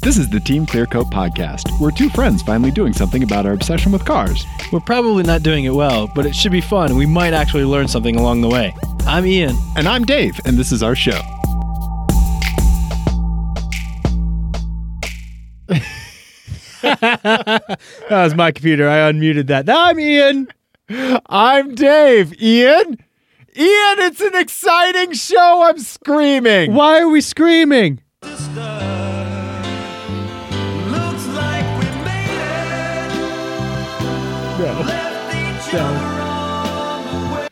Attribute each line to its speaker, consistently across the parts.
Speaker 1: This is the Team Clearcoat podcast. We're two friends finally doing something about our obsession with cars.
Speaker 2: We're probably not doing it well, but it should be fun and we might actually learn something along the way. I'm Ian.
Speaker 1: And I'm Dave, and this is our show.
Speaker 3: That was my computer. I unmuted that. I'm Ian.
Speaker 1: I'm Dave. Ian? Ian, it's an exciting show. I'm screaming.
Speaker 3: Why are we screaming?
Speaker 4: Looks like we made it. Left each other on the way.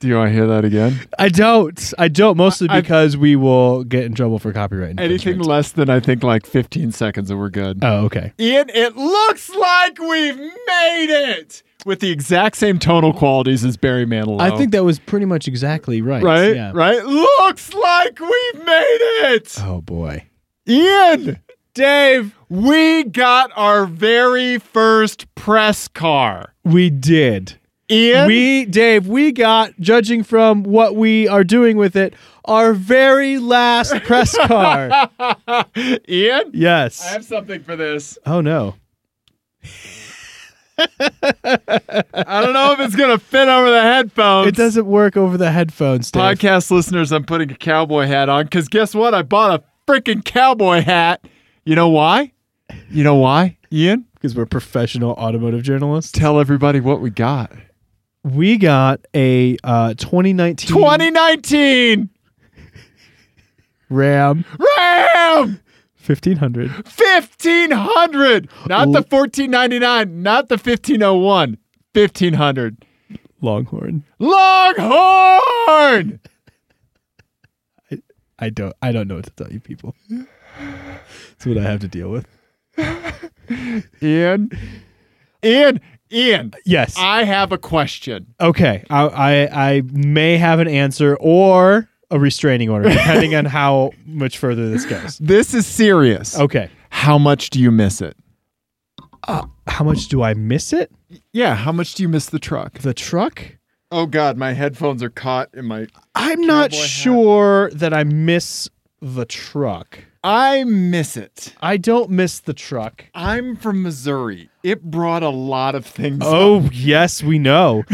Speaker 1: Do you want to hear that again?
Speaker 3: I don't. I don't mostly
Speaker 1: I-
Speaker 3: because we will get in trouble for copyright.
Speaker 1: Anything
Speaker 3: infringement.
Speaker 1: less than I think like 15 seconds and we're good.
Speaker 3: Oh, okay.
Speaker 1: Uh, Ian, it looks like we've made it with the exact same tonal qualities as Barry Manilow.
Speaker 3: I think that was pretty much exactly right.
Speaker 1: Right?
Speaker 3: Yeah.
Speaker 1: Right? Looks like we've made it.
Speaker 3: Oh boy.
Speaker 1: Ian, Dave, we got our very first press car.
Speaker 3: We did.
Speaker 1: Ian,
Speaker 3: We, Dave, we got, judging from what we are doing with it, our very last press car.
Speaker 1: Ian,
Speaker 3: yes.
Speaker 1: I have something for this.
Speaker 3: oh no.
Speaker 1: I don't know if it's gonna fit over the headphones.
Speaker 3: It doesn't work over the headphones, Dave.
Speaker 1: Podcast listeners, I'm putting a cowboy hat on because guess what? I bought a freaking cowboy hat. You know why? You know why, Ian?
Speaker 3: Because we're professional automotive journalists.
Speaker 1: Tell everybody what we got.
Speaker 3: we got a uh, 2019
Speaker 1: 2019
Speaker 3: Ram
Speaker 1: Ram
Speaker 3: 1500.
Speaker 1: 1500, not the 1499, not the 1501, 1500.
Speaker 3: Longhorn.
Speaker 1: Longhorn!
Speaker 3: I don't. I don't know what to tell you, people. That's what I have to deal with.
Speaker 1: Ian, Ian, Ian,
Speaker 3: Yes.
Speaker 1: I have a question.
Speaker 3: okay. I, I I may have an answer or a restraining order, depending on how much further this goes.
Speaker 1: This is serious.
Speaker 3: Okay.
Speaker 1: How much do you miss it?
Speaker 3: How much do I miss it?
Speaker 1: Yeah, how much do you miss the truck?
Speaker 3: The truck?
Speaker 1: Oh God, my headphones are caught in my.
Speaker 3: I'm not
Speaker 1: Cowboy hat.
Speaker 3: sure that I miss the truck.
Speaker 1: I miss it.
Speaker 3: I don't miss the truck.
Speaker 1: I'm from Missouri. It brought a lot of things.
Speaker 3: Oh yes, we know,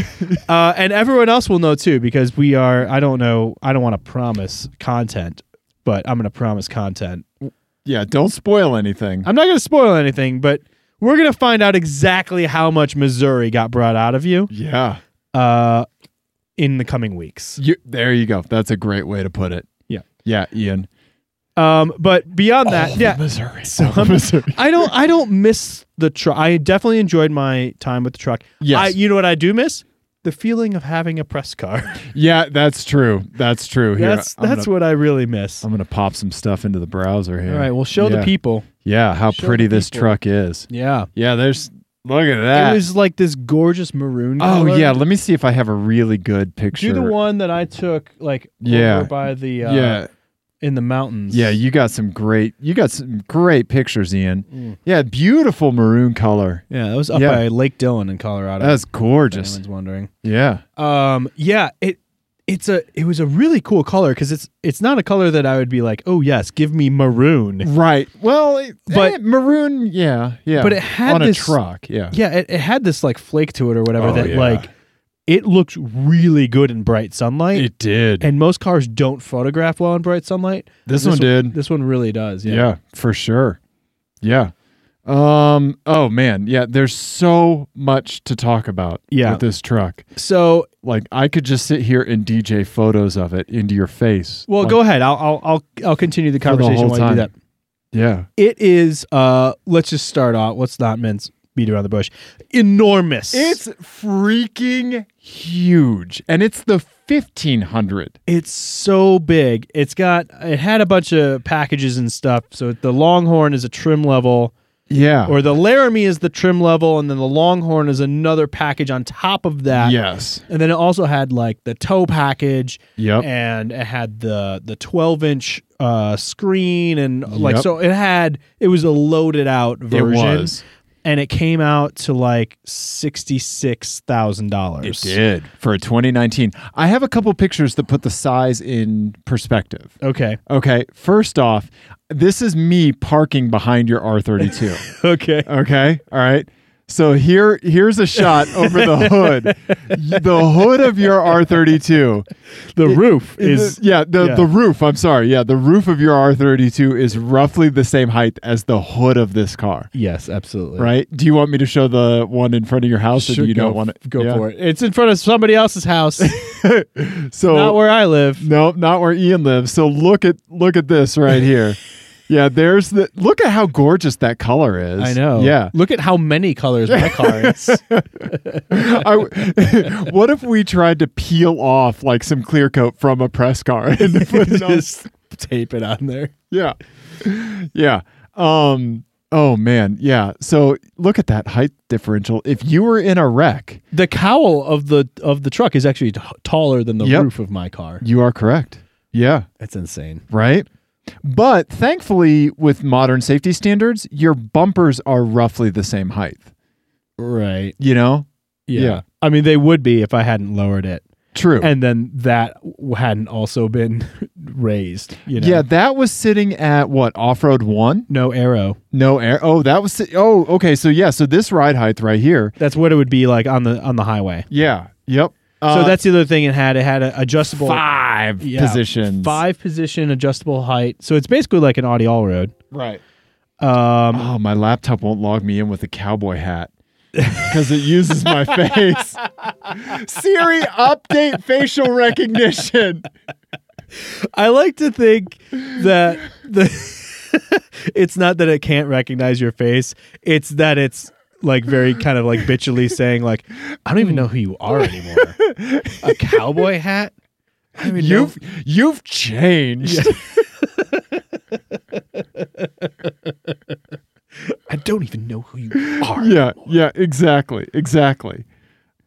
Speaker 3: uh, and everyone else will know too because we are. I don't know. I don't want to promise content, but I'm going to promise content.
Speaker 1: yeah, don't spoil anything.
Speaker 3: I'm not going to spoil anything, but we're going to find out exactly how much Missouri got brought out of you
Speaker 1: yeah,
Speaker 3: uh, in the coming weeks.
Speaker 1: you, there you go. That's a great way to put it.
Speaker 3: Yeah.
Speaker 1: yeah, Ian.
Speaker 3: Um, but beyond
Speaker 1: Oh.
Speaker 3: that, yeah,
Speaker 1: Missouri.
Speaker 3: So I'm- I don't. I don't miss the truck. I definitely enjoyed my time with the truck.
Speaker 1: Yes.
Speaker 3: I, you know what I do miss? The feeling of having a press car.
Speaker 1: yeah, that's true. That's true. Here,
Speaker 3: that's
Speaker 1: I'm
Speaker 3: that's
Speaker 1: gonna-
Speaker 3: what I really miss.
Speaker 1: I'm gonna pop some stuff into the browser here.
Speaker 3: All right, well, show
Speaker 1: Yeah.
Speaker 3: the people.
Speaker 1: Yeah, how
Speaker 3: Show
Speaker 1: pretty
Speaker 3: the
Speaker 1: this
Speaker 3: people.
Speaker 1: truck is.
Speaker 3: Yeah.
Speaker 1: Yeah, there's. Look at that.
Speaker 3: It was like this gorgeous maroon.
Speaker 1: Uh, oh
Speaker 3: color.
Speaker 1: yeah, let me see if I have a really good picture.
Speaker 3: do the one that I took like
Speaker 1: Yeah.
Speaker 3: over by the uh,
Speaker 1: yeah,
Speaker 3: in the mountains.
Speaker 1: yeah. You got some great. You got some great pictures, Ian.
Speaker 3: Mm.
Speaker 1: Yeah, beautiful maroon color.
Speaker 3: yeah, that was up
Speaker 1: Yeah.
Speaker 3: by Lake Dillon in Colorado.
Speaker 1: That's
Speaker 3: if
Speaker 1: gorgeous.
Speaker 3: Anyone's wondering?
Speaker 1: Yeah.
Speaker 3: Um, yeah, it it's a it was a really cool color because it's it's not a color that I would be like, oh yes, give me maroon.
Speaker 1: Right. Well, it-
Speaker 3: But-
Speaker 1: eh, maroon. Yeah, yeah.
Speaker 3: but it had
Speaker 1: on
Speaker 3: this-
Speaker 1: a truck. Yeah.
Speaker 3: Yeah, it, it had this like flake to it or whatever
Speaker 1: Oh,
Speaker 3: that
Speaker 1: yeah.
Speaker 3: like it looked really good in bright sunlight.
Speaker 1: It did.
Speaker 3: and most cars don't photograph well in bright sunlight.
Speaker 1: This one did.
Speaker 3: This one really does.
Speaker 1: Yeah.
Speaker 3: Yeah.
Speaker 1: for sure. Yeah. Um. Oh man. Yeah. There's so much to talk about.
Speaker 3: Yeah.
Speaker 1: With this truck,
Speaker 3: So,
Speaker 1: like I could just sit here and DJ photos of it into your face.
Speaker 3: well,
Speaker 1: Like,
Speaker 3: go ahead. I'll I'll I'll, I'll continue the
Speaker 1: the
Speaker 3: conversation
Speaker 1: whole
Speaker 3: while you
Speaker 1: time.
Speaker 3: do that.
Speaker 1: Yeah.
Speaker 3: It is. Uh, let's just start off. Let's not mince beat around the bush. Enormous.
Speaker 1: It's freaking huge, and it's the 1500.
Speaker 3: it's so big. It's got. It had a bunch of packages and stuff. So the Longhorn is a trim level,
Speaker 1: Yeah.
Speaker 3: or the Laramie is the trim level, and then the Longhorn is another package on top of that.
Speaker 1: yes.
Speaker 3: And then it also had like the tow package.
Speaker 1: Yep.
Speaker 3: and it had the the 12 inch uh screen and like
Speaker 1: Yep.
Speaker 3: so it had it was a loaded out version
Speaker 1: It was.
Speaker 3: and it came out to like sixty-six thousand dollars.
Speaker 1: did for 2019. I have a couple pictures that put the size in perspective.
Speaker 3: Okay.
Speaker 1: Okay, first off, this is me parking behind your R32.
Speaker 3: Okay.
Speaker 1: Okay. All right. So here here's a shot over the hood. Y- the hood of your R32
Speaker 3: The roof is
Speaker 1: yeah, the
Speaker 3: yeah.
Speaker 1: the roof, I'm sorry. Yeah, the roof of your R32 is roughly the same height as the hood of this car.
Speaker 3: yes, absolutely
Speaker 1: Right? Do you want me to show the one in front of your house or
Speaker 3: Sure,
Speaker 1: do you
Speaker 3: go,
Speaker 1: don't want to
Speaker 3: go for it. It's in front of somebody else's house,
Speaker 1: it? So
Speaker 3: not where I live.
Speaker 1: No, not where Ian lives. So look at look at this right here. yeah, there's the look at how gorgeous that color is.
Speaker 3: I know.
Speaker 1: Yeah.
Speaker 3: Look at how many colors my car is.
Speaker 1: I w what if we tried to peel off like some clear coat from a press car and put it on-
Speaker 3: Just tape it on there.
Speaker 1: Yeah. Yeah. Um oh man, yeah. So look at that height differential. If you were in a wreck,
Speaker 3: The cowl of the of the truck is actually t- taller than the
Speaker 1: Yep.
Speaker 3: roof of my car.
Speaker 1: you are correct. Yeah,
Speaker 3: That's insane.
Speaker 1: right? But thankfully with modern safety standards, your bumpers are roughly the same height,
Speaker 3: Right.
Speaker 1: you know?
Speaker 3: Yeah.
Speaker 1: Yeah.
Speaker 3: I mean, they would be if I hadn't lowered it,
Speaker 1: True.
Speaker 3: and then that w- hadn't also been raised. You know.
Speaker 1: Yeah, that was sitting at what off-road one.
Speaker 3: No arrow.
Speaker 1: No air. Oh, that was. si- oh, okay. So yeah. So this ride height right here.
Speaker 3: That's what it would be like on the on the highway.
Speaker 1: Yeah. Yep. Uh,
Speaker 3: so that's the other thing it had. It had an adjustable
Speaker 1: five
Speaker 3: Yeah.
Speaker 1: positions.
Speaker 3: five position adjustable height. So it's basically like an Audi all road.
Speaker 1: Right.
Speaker 3: Um,
Speaker 1: Oh, my laptop won't log me in with a cowboy hat because it uses my face. Siri, update facial recognition.
Speaker 3: I like to think that the it's not that it can't recognize your face. It's that it's like very kind of like bitchily saying like, I don't even know who you are anymore. A cowboy hat? I mean,
Speaker 1: You've you've changed.
Speaker 3: I don't even know who you are.
Speaker 1: Yeah. Yeah. Exactly. Exactly.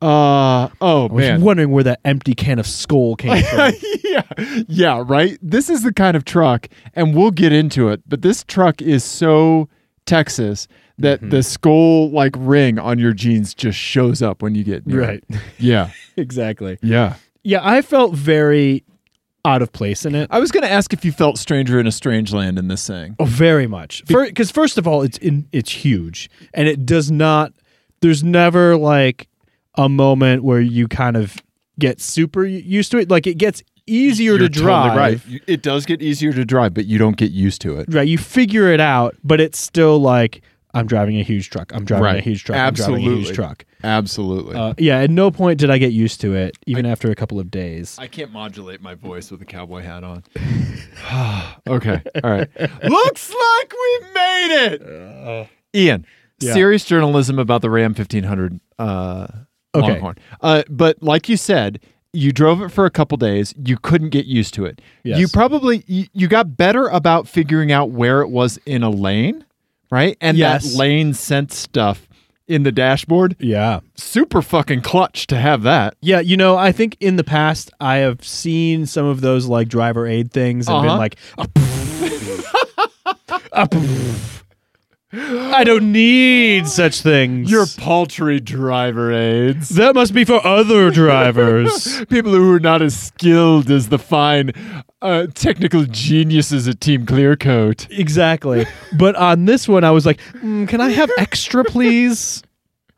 Speaker 1: Uh. Oh
Speaker 3: I was
Speaker 1: man.
Speaker 3: wondering where that empty can of skull came from.
Speaker 1: yeah, yeah, right. This is the kind of truck, and we'll get into it. But this truck is so Texas that the skull like ring on your jeans just shows up when you get near. it. Yeah.
Speaker 3: exactly.
Speaker 1: Yeah.
Speaker 3: Yeah, I felt very out of place in it.
Speaker 1: I was gonna ask if you felt stranger in a strange land in this thing.
Speaker 3: Oh, very much. Because first of all, it's in, it's huge, and it does not. There's never like a moment where you kind of get super u- used to it. Like it gets easier to drive.
Speaker 1: right. It does get easier to drive, but you don't get used to it.
Speaker 3: Right, You figure it out, but it's still like I'm driving a huge truck. I'm driving a
Speaker 1: Right.
Speaker 3: huge truck. I'm driving a
Speaker 1: Absolutely.
Speaker 3: huge truck.
Speaker 1: Absolutely.
Speaker 3: Uh, yeah. At no point did I get used to it, even after a couple of days.
Speaker 1: I can't modulate my voice with a cowboy hat on. okay. All right. Looks like we made it. Ian,
Speaker 3: Yeah.
Speaker 1: serious journalism about the Ram 1500 uh,
Speaker 3: Okay.
Speaker 1: Longhorn. Uh, but like you said, you drove it for a couple days. You couldn't get used to it. You
Speaker 3: Yes.
Speaker 1: probably you, you got better about figuring out where it was in a lane, right? And
Speaker 3: Yes.
Speaker 1: that lane sense stuff in the dashboard,
Speaker 3: yeah.
Speaker 1: super fucking clutch to have that.
Speaker 3: Yeah, you know, I think in the past I have seen some of those like driver aid things and been
Speaker 1: Uh-huh.
Speaker 3: like, "Ah, pff. Ah, pff. I don't need such things.
Speaker 1: Your paltry driver aids.
Speaker 3: that must be for other drivers.
Speaker 1: people who are not as skilled as the fine uh, technical geniuses at Team Clearcoat.
Speaker 3: exactly. But on this one, I was like, "Mm, can I have extra, please?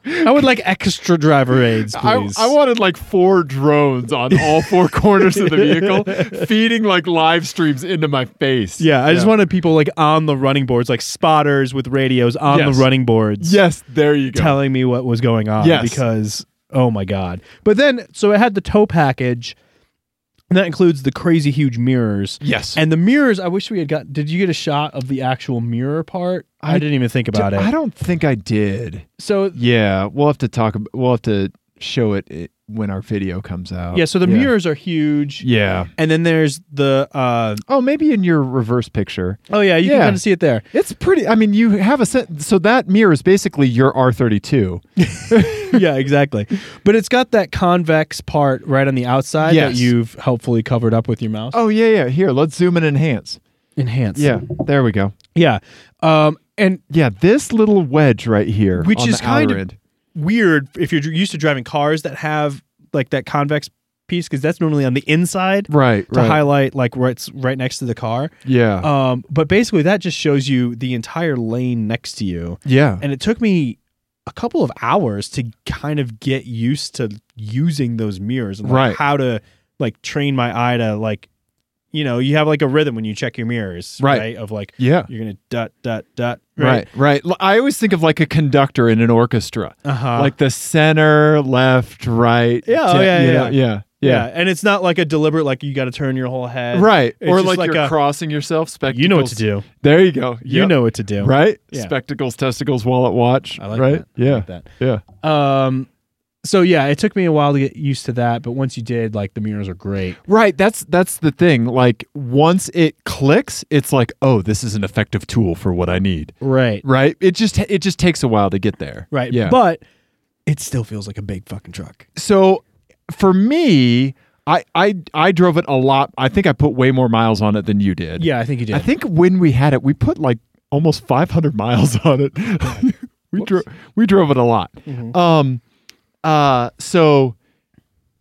Speaker 3: I would like extra driver aids,
Speaker 1: I,
Speaker 3: please.
Speaker 1: I wanted like four drones on all four corners of the vehicle, feeding like live streams into my face.
Speaker 3: yeah, I just wanted people like on the running boards, like spotters with radios on
Speaker 1: Yes.
Speaker 3: the running boards.
Speaker 1: Yes, there you go.
Speaker 3: telling me what was going on
Speaker 1: Yes.
Speaker 3: because oh my god. But then so it had the tow package and that includes the crazy huge mirrors.
Speaker 1: yes.
Speaker 3: And the mirrors, I wish we had got did you get a shot of the actual mirror part? I,
Speaker 1: I
Speaker 3: didn't even think about it.
Speaker 1: I don't think I did.
Speaker 3: so
Speaker 1: Yeah, we'll have to talk. About, we'll have to show it, it when our video comes out.
Speaker 3: yeah, so the mirrors are huge.
Speaker 1: Yeah.
Speaker 3: And then there's the uh
Speaker 1: Oh, maybe in your reverse picture.
Speaker 3: oh yeah, you can
Speaker 1: Yeah.
Speaker 3: kind of see it there.
Speaker 1: It's pretty. I mean, you have a set. So that mirror is basically your R32.
Speaker 3: yeah, exactly. But it's got that convex part right on the outside
Speaker 1: Yes.
Speaker 3: that you've helpfully covered up with your mouse.
Speaker 1: Oh yeah, yeah. Here, let's zoom and enhance.
Speaker 3: Enhance.
Speaker 1: Yeah, there we go.
Speaker 3: Yeah. Um,
Speaker 1: and yeah, this little wedge right here,
Speaker 3: Which
Speaker 1: on
Speaker 3: is
Speaker 1: the outer
Speaker 3: kind of-
Speaker 1: end.
Speaker 3: Weird if you're used to driving cars that have like that convex piece because that's normally on the inside
Speaker 1: right,
Speaker 3: to
Speaker 1: right. Oh.
Speaker 3: highlight like right right next to the car.
Speaker 1: yeah,
Speaker 3: Um, but basically that just shows you the entire lane next to you.
Speaker 1: yeah,
Speaker 3: And it took me a couple of hours to kind of get used to using those mirrors and like,
Speaker 1: Right.
Speaker 3: how to like train my eye to like you know, you have like a rhythm when you check your mirrors,
Speaker 1: Right.
Speaker 3: Of like
Speaker 1: yeah.
Speaker 3: you're gonna dot dot dot
Speaker 1: Right, right. L- I always think of like a conductor in an orchestra,
Speaker 3: Uh-huh.
Speaker 1: like the center, left, right.
Speaker 3: Yeah, oh,
Speaker 1: te-
Speaker 3: yeah,
Speaker 1: you
Speaker 3: yeah,
Speaker 1: know,
Speaker 3: yeah.
Speaker 1: yeah,
Speaker 3: yeah.
Speaker 1: yeah,
Speaker 3: and it's not like a deliberate like you got to turn your whole head,
Speaker 1: Right,
Speaker 3: It's
Speaker 1: or
Speaker 3: just
Speaker 1: like,
Speaker 3: like
Speaker 1: you're
Speaker 3: a-
Speaker 1: crossing yourself. Spectacles.
Speaker 3: You know what to do.
Speaker 1: There you go.
Speaker 3: You
Speaker 1: Yep.
Speaker 3: know what to do,
Speaker 1: right?
Speaker 3: Yeah.
Speaker 1: Spectacles, testicles, wallet, watch.
Speaker 3: I like
Speaker 1: right?
Speaker 3: that.
Speaker 1: Yeah,
Speaker 3: I like that.
Speaker 1: yeah.
Speaker 3: Um, so yeah, it took me a while to get used to that, but once you did, like the mirrors are great.
Speaker 1: Right. That's that's the thing. Like once it clicks, it's like, oh, this is an effective tool for what I need.
Speaker 3: Right.
Speaker 1: Right. It just it just takes a while to get there.
Speaker 3: Right.
Speaker 1: Yeah.
Speaker 3: But it still feels like a big fucking truck.
Speaker 1: so for me, I I I drove it a lot. I think I put way more miles on it than you did.
Speaker 3: Yeah, I think you did.
Speaker 1: I think when we had it, we put like almost 500 miles on it. we drove we drove it a lot.
Speaker 3: Mm-hmm.
Speaker 1: Um, uh, so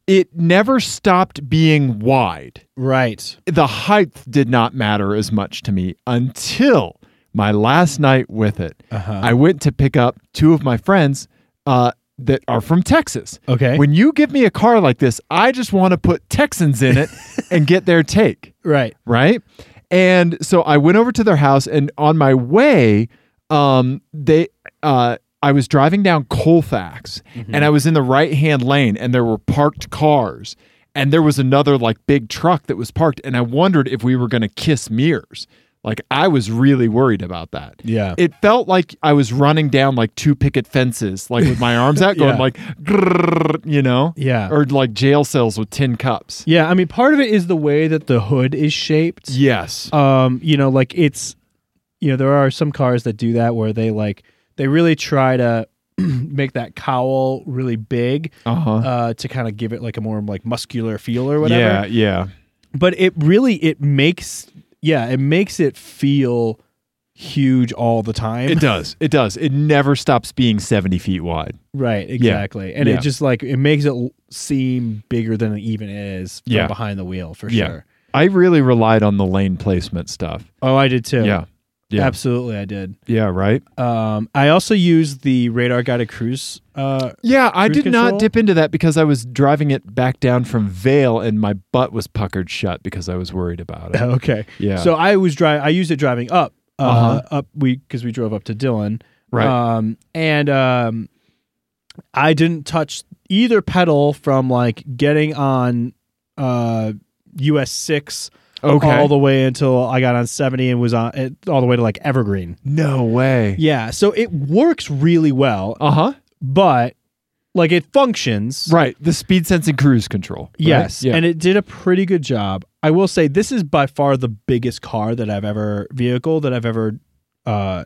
Speaker 1: it never stopped being wide.
Speaker 3: right.
Speaker 1: the height did not matter as much to me until my last night with it.
Speaker 3: Uh-huh.
Speaker 1: I went to pick up two of my friends uh, that are from Texas.
Speaker 3: Okay.
Speaker 1: When you give me a car like this, I just want to put Texans in it and get their take,
Speaker 3: Right.
Speaker 1: right? And so I went over to their house, and on my way, um, they. Uh, I was driving down Colfax
Speaker 3: Mm-hmm.
Speaker 1: and I was in the right hand lane and there were parked cars and there was another like big truck that was parked and I wondered if we were going to kiss mirrors. Like I was really worried about that.
Speaker 3: Yeah.
Speaker 1: It felt like I was running down like two picket fences like with my arms out going
Speaker 3: Yeah.
Speaker 1: like grrr, you know.
Speaker 3: Yeah.
Speaker 1: Or like jail cells with tin cups.
Speaker 3: yeah. I mean, part of it is the way that the hood is shaped.
Speaker 1: Yes.
Speaker 3: Um, you know, like it's, you know, there are some cars that do that where they like they really try to make that cowl really big
Speaker 1: Uh-huh.
Speaker 3: uh, to kind of give it like a more like muscular feel or
Speaker 1: Yeah,
Speaker 3: whatever.
Speaker 1: yeah.
Speaker 3: but it really it makes yeah it makes it feel huge all the time
Speaker 1: It does. It does. It never stops being 70 feet wide.
Speaker 3: right exactly and
Speaker 1: Yeah.
Speaker 3: it just like it makes it l- seem bigger than it even is from
Speaker 1: Yeah.
Speaker 3: behind the wheel for
Speaker 1: Yeah.
Speaker 3: sure
Speaker 1: I really relied on the lane placement stuff.
Speaker 3: oh i did too
Speaker 1: Yeah. Yeah.
Speaker 3: absolutely i did
Speaker 1: Yeah, right?
Speaker 3: um i also used the radar guided cruise uh
Speaker 1: Yeah, I
Speaker 3: Cruise
Speaker 1: did not
Speaker 3: control?
Speaker 1: dip into that because I was driving it back down from Vale and my butt was puckered shut because I was worried about it.
Speaker 3: okay
Speaker 1: Yeah.
Speaker 3: Oh. so i was driving i used it driving up uh
Speaker 1: Uh-huh.
Speaker 3: up we because we drove up to dylan
Speaker 1: Right.
Speaker 3: um and um i didn't touch either pedal from like getting on uh us 6
Speaker 1: Okay.
Speaker 3: all the way until i got on 70 and was on it, all the way to like evergreen
Speaker 1: no way.
Speaker 3: yeah so it works really well
Speaker 1: Uh-huh.
Speaker 3: but like it functions
Speaker 1: Right. The speed sensing cruise control. right?
Speaker 3: Yes,
Speaker 1: Yeah.
Speaker 3: and it did a pretty good job. I will say this is by far the biggest car that I've ever vehicle that I've ever uh,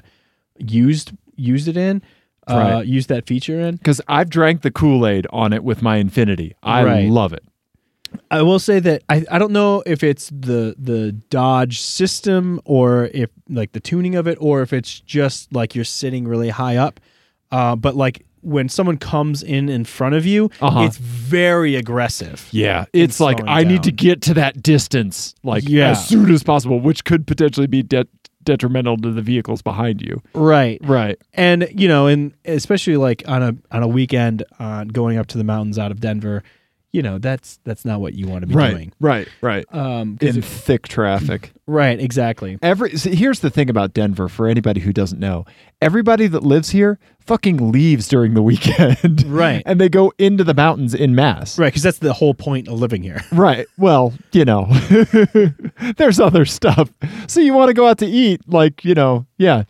Speaker 3: used used it in, uh,
Speaker 1: Right.
Speaker 3: used that feature in.
Speaker 1: because I've drank the Kool Aid on it with my Infinity. I
Speaker 3: Right.
Speaker 1: love it.
Speaker 3: I will say that I, I don't know if it's the the Dodge system or if like the tuning of it or if it's just like you're sitting really high up, uh, but like when someone comes in in front of you,
Speaker 1: Uh-huh.
Speaker 3: it's very aggressive.
Speaker 1: Yeah, it's like
Speaker 3: slowing
Speaker 1: I need to
Speaker 3: down.
Speaker 1: get to that distance like
Speaker 3: Yeah.
Speaker 1: as soon as possible, which could potentially be det detrimental to the vehicles behind you.
Speaker 3: Right.
Speaker 1: Right.
Speaker 3: and you know and especially like on a on a weekend on going up to the mountains out of denver you know that's that's not what you want to be doing
Speaker 1: Right. Right.
Speaker 3: um 'cause
Speaker 1: In
Speaker 3: it-
Speaker 1: thick traffic.
Speaker 3: right exactly
Speaker 1: Every see, here's the thing about Denver for anybody who doesn't know. Everybody that lives here fucking leaves during the weekend.
Speaker 3: Right.
Speaker 1: and they go into the mountains in mass.
Speaker 3: right because that's the whole point of living here
Speaker 1: Right. Well, you know, there's other stuff. So you want to go out to eat, like you know, yeah.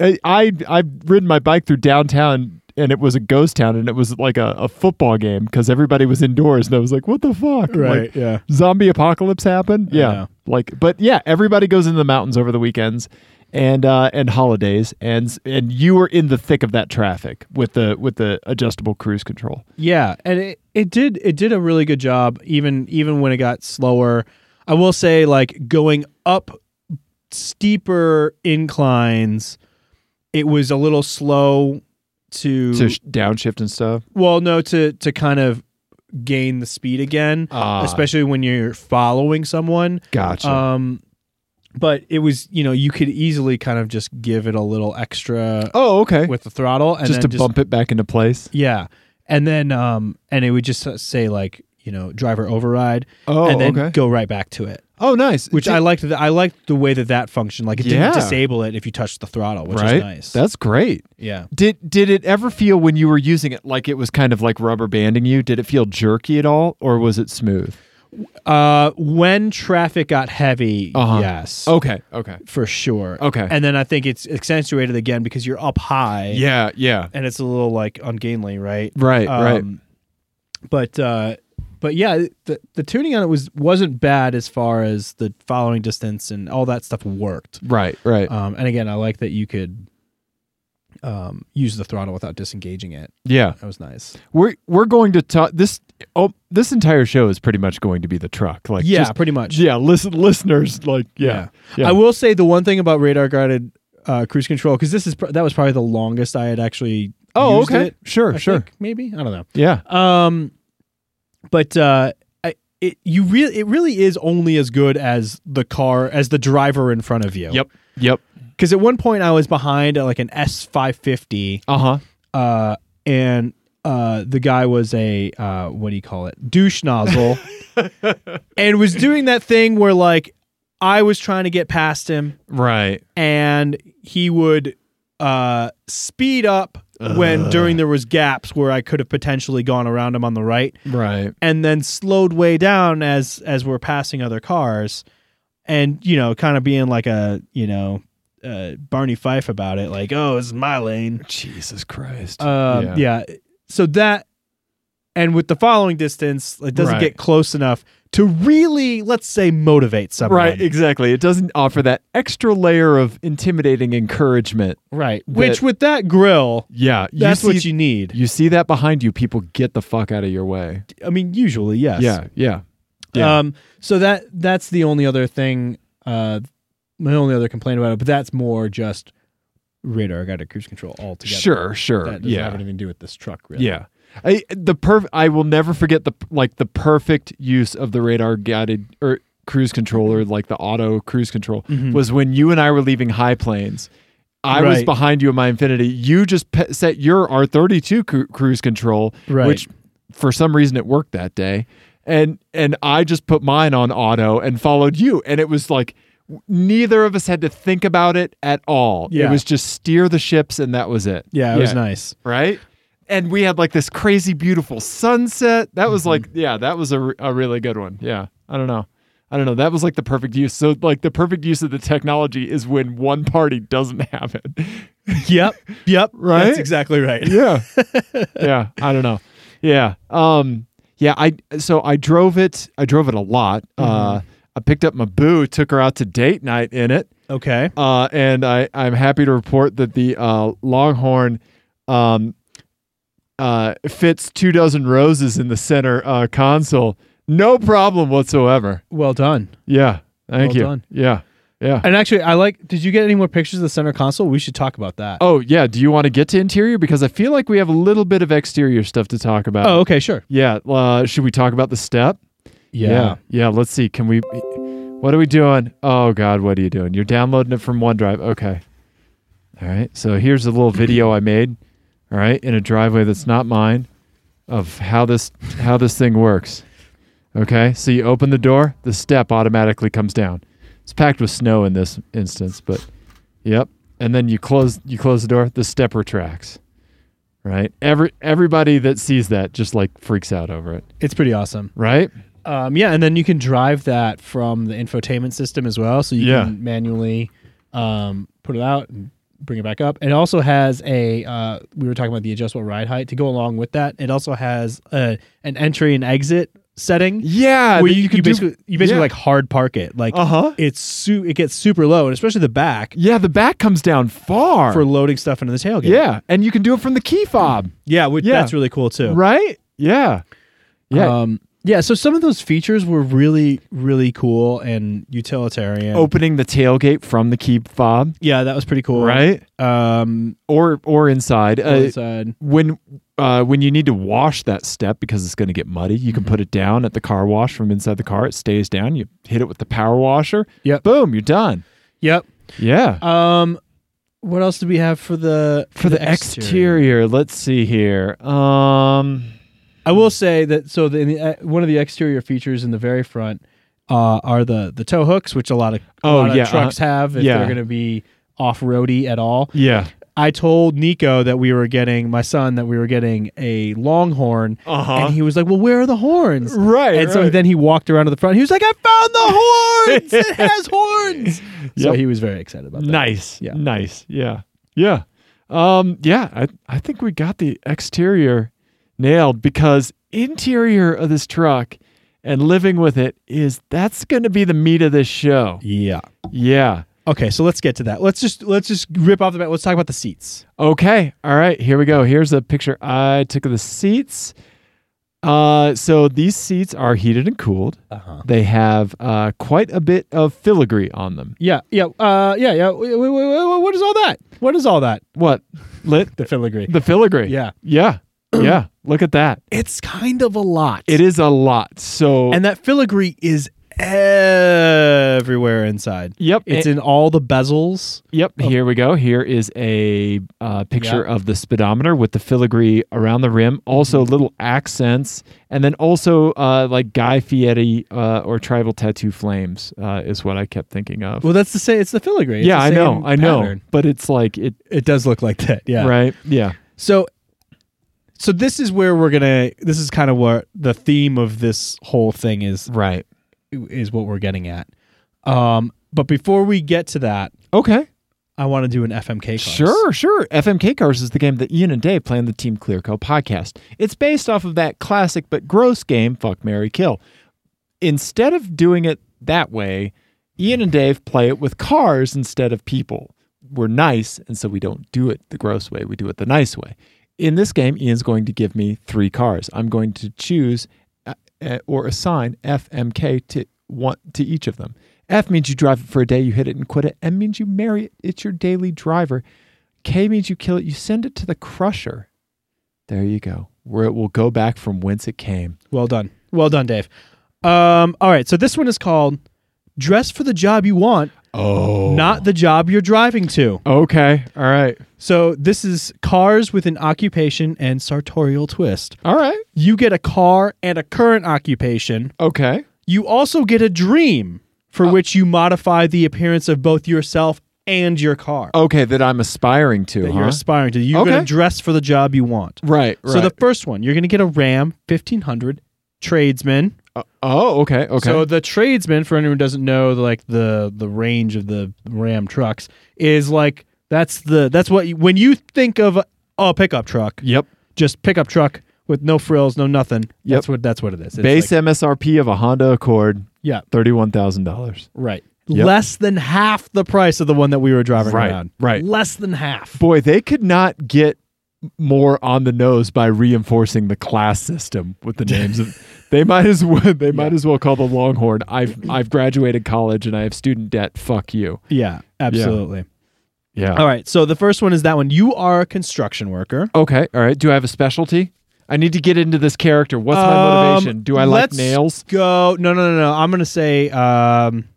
Speaker 1: I I I've ridden my bike through downtown, and it was a ghost town, and it was like a, a football game because everybody was indoors, and I was like, what the fuck? I'm like,
Speaker 3: yeah
Speaker 1: zombie apocalypse happened. Yeah.
Speaker 3: know.
Speaker 1: Like, but yeah, everybody goes into the mountains over the weekends and uh and holidays and and you were in the thick of that traffic with the with the adjustable cruise control.
Speaker 3: yeah and it, it did it did a really good job even even when it got slower i will say like going up steeper inclines it was a little slow to,
Speaker 1: to sh- downshift and stuff.
Speaker 3: well, no, to to kind of gain the speed again,
Speaker 1: Ah.
Speaker 3: especially when you're following someone.
Speaker 1: Gotcha.
Speaker 3: Um, but it was you know you could easily kind of just give it a little extra
Speaker 1: oh, okay.
Speaker 3: with the throttle and
Speaker 1: just to
Speaker 3: then
Speaker 1: bump it back into place.
Speaker 3: Yeah, and then um, and it would just say like you know driver override.
Speaker 1: Oh,
Speaker 3: and then
Speaker 1: okay.
Speaker 3: go right back to it,
Speaker 1: Oh, nice.
Speaker 3: which I liked. The, I liked the way that that functioned. Like it
Speaker 1: Yeah.
Speaker 3: didn't disable it if you touched the throttle, which
Speaker 1: right.
Speaker 3: is nice.
Speaker 1: That's great.
Speaker 3: yeah.
Speaker 1: Did did it ever feel when you were using it like it was kind of like rubber banding you? Did it feel jerky at all, or was it smooth?
Speaker 3: Uh, when traffic got heavy,
Speaker 1: Uh-huh. Oh,
Speaker 3: yes,
Speaker 1: Okay. Okay.
Speaker 3: for sure.
Speaker 1: Okay.
Speaker 3: and then I think it's accentuated again because you're up high.
Speaker 1: Yeah. Yeah.
Speaker 3: and it's a little like ungainly, right? Um,
Speaker 1: Right. right.
Speaker 3: But uh, but yeah, the the tuning on it was wasn't bad as far as the following distance and all that stuff worked.
Speaker 1: Right. Right.
Speaker 3: Um, and again, I like that you could um, use the throttle without disengaging it.
Speaker 1: yeah.
Speaker 3: That was nice.
Speaker 1: We're we're going to talk this. Oh, this entire show is pretty much going to be the truck. Like
Speaker 3: yeah,
Speaker 1: just-
Speaker 3: pretty much.
Speaker 1: yeah. Listen, listeners, like yeah. yeah.
Speaker 3: I will say the one thing about radar guided uh, cruise control because this is pr- that was probably the longest I had actually.
Speaker 1: Oh,
Speaker 3: used
Speaker 1: okay.
Speaker 3: it,
Speaker 1: sure.
Speaker 3: I
Speaker 1: sure.
Speaker 3: think, maybe I don't know.
Speaker 1: Yeah.
Speaker 3: Um, but uh, I, it you really it really is only as good as the car as the driver in front of you.
Speaker 1: Yep. Yep.
Speaker 3: Because at one point I was behind uh, like an S five fifty,
Speaker 1: Uh huh.
Speaker 3: uh, and uh, the guy was a uh, what do you call it douche nozzle, and was doing that thing where like I was trying to get past him
Speaker 1: Right.
Speaker 3: and he would uh, speed up when during there was gaps where I could have potentially gone around him on the right,
Speaker 1: Right.
Speaker 3: and then slowed way down as as we're passing other cars, and you know, kind of being like a you know uh, Barney Fife about it, like oh, this is my lane.
Speaker 1: Jesus Christ.
Speaker 3: Um, yeah. so that. And with the following distance, it doesn't
Speaker 1: Right.
Speaker 3: get close enough to really, let's say, motivate someone.
Speaker 1: Right, e, exactly. It doesn't offer that extra layer of intimidating encouragement.
Speaker 3: Right. Which,
Speaker 1: That-
Speaker 3: with that grill,
Speaker 1: Yeah, you
Speaker 3: that's
Speaker 1: see,
Speaker 3: what you need.
Speaker 1: you see that behind you. People get the fuck out of your way.
Speaker 3: I mean, usually, yes.
Speaker 1: Yeah, yeah, yeah.
Speaker 3: Um, so that that's the only other thing. Uh, my only other complaint about it, but that's more just radar guided cruise control altogether.
Speaker 1: sure, sure.
Speaker 3: That doesn't
Speaker 1: yeah,
Speaker 3: have anything to do with this truck, really.
Speaker 1: yeah. I the perf- I will never forget the like the perfect use of the radar guided or cruise controller, like the auto cruise control, was when you and I were leaving High Plains. I was
Speaker 3: Mm-hmm. Right.
Speaker 1: behind you in my Infinity. You just pe- set your R32 cru- cruise control,
Speaker 3: Right.
Speaker 1: which for some reason it worked that day. And and I just put mine on auto and followed you and it was like w- neither of us had to think about it at all. It
Speaker 3: Yeah.
Speaker 1: was just steer the ships and that was it.
Speaker 3: Yeah, it was nice.
Speaker 1: Right? And we had like this crazy beautiful sunset. That was like yeah, that was a, re- a really good one. Yeah. I don't know. I don't know. That was like the perfect use. So like the perfect use of the technology is when one party doesn't have it.
Speaker 3: Yep. Yep.
Speaker 1: Right?
Speaker 3: That's exactly right.
Speaker 1: Yeah. yeah. I don't know. Yeah. Um, yeah. I, so I drove it, I drove it a lot. Uh, I picked up my boo, took her out to date night in it.
Speaker 3: Okay.
Speaker 1: Uh, and I, I'm happy to report that the, uh, Longhorn, um, uh, fits two dozen roses in the center, uh, console. No problem whatsoever.
Speaker 3: Well done.
Speaker 1: Yeah. Thank
Speaker 3: Well
Speaker 1: you.
Speaker 3: done.
Speaker 1: Yeah. Yeah.
Speaker 3: And actually, I like. Did you get any more pictures of the center console? We should talk about that.
Speaker 1: Oh yeah, do you want to get to interior because I feel like we have a little bit of exterior stuff to talk about.
Speaker 3: Oh, okay. Sure.
Speaker 1: Yeah. Uh, should we talk about the step? yeah. Yeah, Let's see. Can we? What are we doing? Oh God, what are you doing? You're downloading it from OneDrive. Okay. All right. So here's a little video I made. All right, in a driveway that's not mine, of how this how this thing works. Okay. So you open the door, the step automatically comes down. It's packed with snow in this instance, but yep. And then you close you close the door, the step retracts. Right? Every everybody that sees that just like freaks out over it.
Speaker 3: It's pretty awesome.
Speaker 1: Right?
Speaker 3: Um, yeah, and then you can drive that from the infotainment system as well, so you
Speaker 1: Yeah.
Speaker 3: can manually um, put it out and bring it back up. It also has a uh, we were talking about the adjustable ride height to go along with that. It also has a, an entry and exit setting
Speaker 1: Yeah,
Speaker 3: where
Speaker 1: that
Speaker 3: you, you,
Speaker 1: can do-
Speaker 3: basically you basically
Speaker 1: yeah.
Speaker 3: like hard park it. Like
Speaker 1: Uh-huh.
Speaker 3: it's su- it gets super low, and especially the back
Speaker 1: yeah, the back comes down far.
Speaker 3: for loading stuff into the tailgate.
Speaker 1: yeah, and you can do it from the key fob,
Speaker 3: yeah, which
Speaker 1: Yeah.
Speaker 3: that's really cool too.
Speaker 1: right? Yeah, yeah,
Speaker 3: Um, Yeah, so some of those features were really, really cool and utilitarian.
Speaker 1: Opening the tailgate from the key fob,
Speaker 3: yeah, that was pretty cool.
Speaker 1: right?
Speaker 3: Um,
Speaker 1: Or or inside. Uh,
Speaker 3: inside.
Speaker 1: when uh, when you need to wash that step because it's going to get muddy, you
Speaker 3: Mm-hmm.
Speaker 1: can put it down at the car wash from inside the car. It stays down. You hit it with the power washer.
Speaker 3: Yep.
Speaker 1: Boom, you're done.
Speaker 3: Yep.
Speaker 1: Yeah.
Speaker 3: Um, what else do we have for the
Speaker 1: For the, exterior, let's see here. Um,
Speaker 3: I will say that so the, in the uh, one of the exterior features in the very front uh, are the the tow hooks, which a lot of a
Speaker 1: Oh,
Speaker 3: lot of
Speaker 1: yeah,
Speaker 3: trucks have if
Speaker 1: Yeah.
Speaker 3: they're going to be off roady at all.
Speaker 1: yeah.
Speaker 3: I told Nico that we were getting my son that we were getting a Longhorn,
Speaker 1: Uh-huh.
Speaker 3: and he was like, "Well, where are the horns?"
Speaker 1: Right,
Speaker 3: And so
Speaker 1: right.
Speaker 3: then he walked around to the front. He was like, "I found the horns! it has horns!" So
Speaker 1: Yep.
Speaker 3: he was very excited about that.
Speaker 1: Nice.
Speaker 3: Yeah.
Speaker 1: Nice. Yeah. Yeah. Um, yeah. I, I think we got the exterior nailed because interior of this truck and living with it is that's going to be the meat of this show.
Speaker 3: Yeah.
Speaker 1: Yeah.
Speaker 3: Okay, so let's get to that. Let's just let's just rip off the bat. Let's talk about the seats.
Speaker 1: Okay. All right. Here we go. Here's a picture I took of the seats. Uh, so these seats are heated and cooled.
Speaker 3: Uh-huh.
Speaker 1: They have uh, quite a bit of filigree on them.
Speaker 3: Yeah, yeah, uh, yeah, yeah. Wait, wait, wait, wait, what is all that? What is all that?
Speaker 1: What? Lit
Speaker 3: The filigree.
Speaker 1: the filigree.
Speaker 3: Yeah,
Speaker 1: Yeah. Yeah. Look at that.
Speaker 3: it's kind of a lot.
Speaker 1: It is a lot. So
Speaker 3: and that filigree is everywhere inside.
Speaker 1: yep.
Speaker 3: It's
Speaker 1: a-
Speaker 3: in all the bezels.
Speaker 1: yep. Here we go. Here is a uh, picture
Speaker 3: Yeah. Mm-hmm.
Speaker 1: of the speedometer with the filigree around the rim. Also little accents, and then also uh, like Guy Fieri uh, or tribal tattoo flames uh, is what I kept thinking of.
Speaker 3: Well, that's the same. It's the filigree. It's
Speaker 1: yeah,
Speaker 3: the
Speaker 1: I know.
Speaker 3: same
Speaker 1: I know.
Speaker 3: pattern.
Speaker 1: But it's like it.
Speaker 3: It does look like that. Yeah.
Speaker 1: Right. Yeah.
Speaker 3: So, so this is where we're gonna. This is kind of what the theme of this whole thing is.
Speaker 1: Right.
Speaker 3: Is what we're getting at. Um, but before we get to that,
Speaker 1: Okay.
Speaker 3: I want to do an FMK. Class.
Speaker 1: Sure, sure. FMK Cars is the game that Ian and Dave play on the Team Clear Co podcast. It's based off of that classic but gross game, Fuck Mary Kill. Instead of doing it that way, Ian and Dave play it with cars instead of people. We're nice, and so we don't do it the gross way, we do it the nice way. In this game, Ian's going to give me three cars. I'm going to choose uh, uh, or assign FMK to one to each of them. F means you drive it for a day, you hit it and quit it. M means you marry it. It's your daily driver. K means you kill it. You send it to the crusher. There you go. Where it will go back from whence it came.
Speaker 3: Well done. Well done, Dave. Um, all right. So this one is called "Dress for the Job You Want,
Speaker 1: Oh.
Speaker 3: Not the Job You're Driving to."
Speaker 1: Okay. All right.
Speaker 3: So this is cars with an occupation and sartorial twist.
Speaker 1: All right.
Speaker 3: You get a car and a current occupation.
Speaker 1: Okay.
Speaker 3: You also get a dream
Speaker 1: Oh.
Speaker 3: for which you modify the appearance of both yourself and your car
Speaker 1: Okay. That I'm aspiring to.
Speaker 3: that you're
Speaker 1: huh?
Speaker 3: aspiring to. You're
Speaker 1: Uh-huh. Okay.
Speaker 3: going to dress for the job you want.
Speaker 1: right. Right.
Speaker 3: So the first one, you're going to get a Ram 1500 tradesman.
Speaker 1: oh. Okay. Okay.
Speaker 3: So the tradesman, for anyone who doesn't know, like the the range of the Ram trucks is like that's the that's what you, when you think of a, a pickup truck,
Speaker 1: yep.
Speaker 3: just pickup truck with no frills, no nothing.
Speaker 1: Yep.
Speaker 3: That's what that's what it is. It's
Speaker 1: Base
Speaker 3: like-
Speaker 1: MSRP of a Honda Accord,
Speaker 3: yeah,
Speaker 1: thirty-one thousand dollars.
Speaker 3: right.
Speaker 1: Yep.
Speaker 3: Less than half the price of the one that we were driving
Speaker 1: Right,
Speaker 3: around.
Speaker 1: right.
Speaker 3: Less than half.
Speaker 1: Boy, they could not get more on the nose by reinforcing the class system with the names of. They might as well. They might as well call the Longhorn. I've I've graduated college and I have student debt. Fuck you.
Speaker 3: Yeah, absolutely.
Speaker 1: Yeah.
Speaker 3: All right. So the first one is that one. You are a construction worker.
Speaker 1: Okay. All right. Do I have a specialty? I need to get into this character. What's my
Speaker 3: Um,
Speaker 1: motivation? Do I like
Speaker 3: let's
Speaker 1: nails?
Speaker 3: Go. No, no, no, no. I'm gonna say. Um,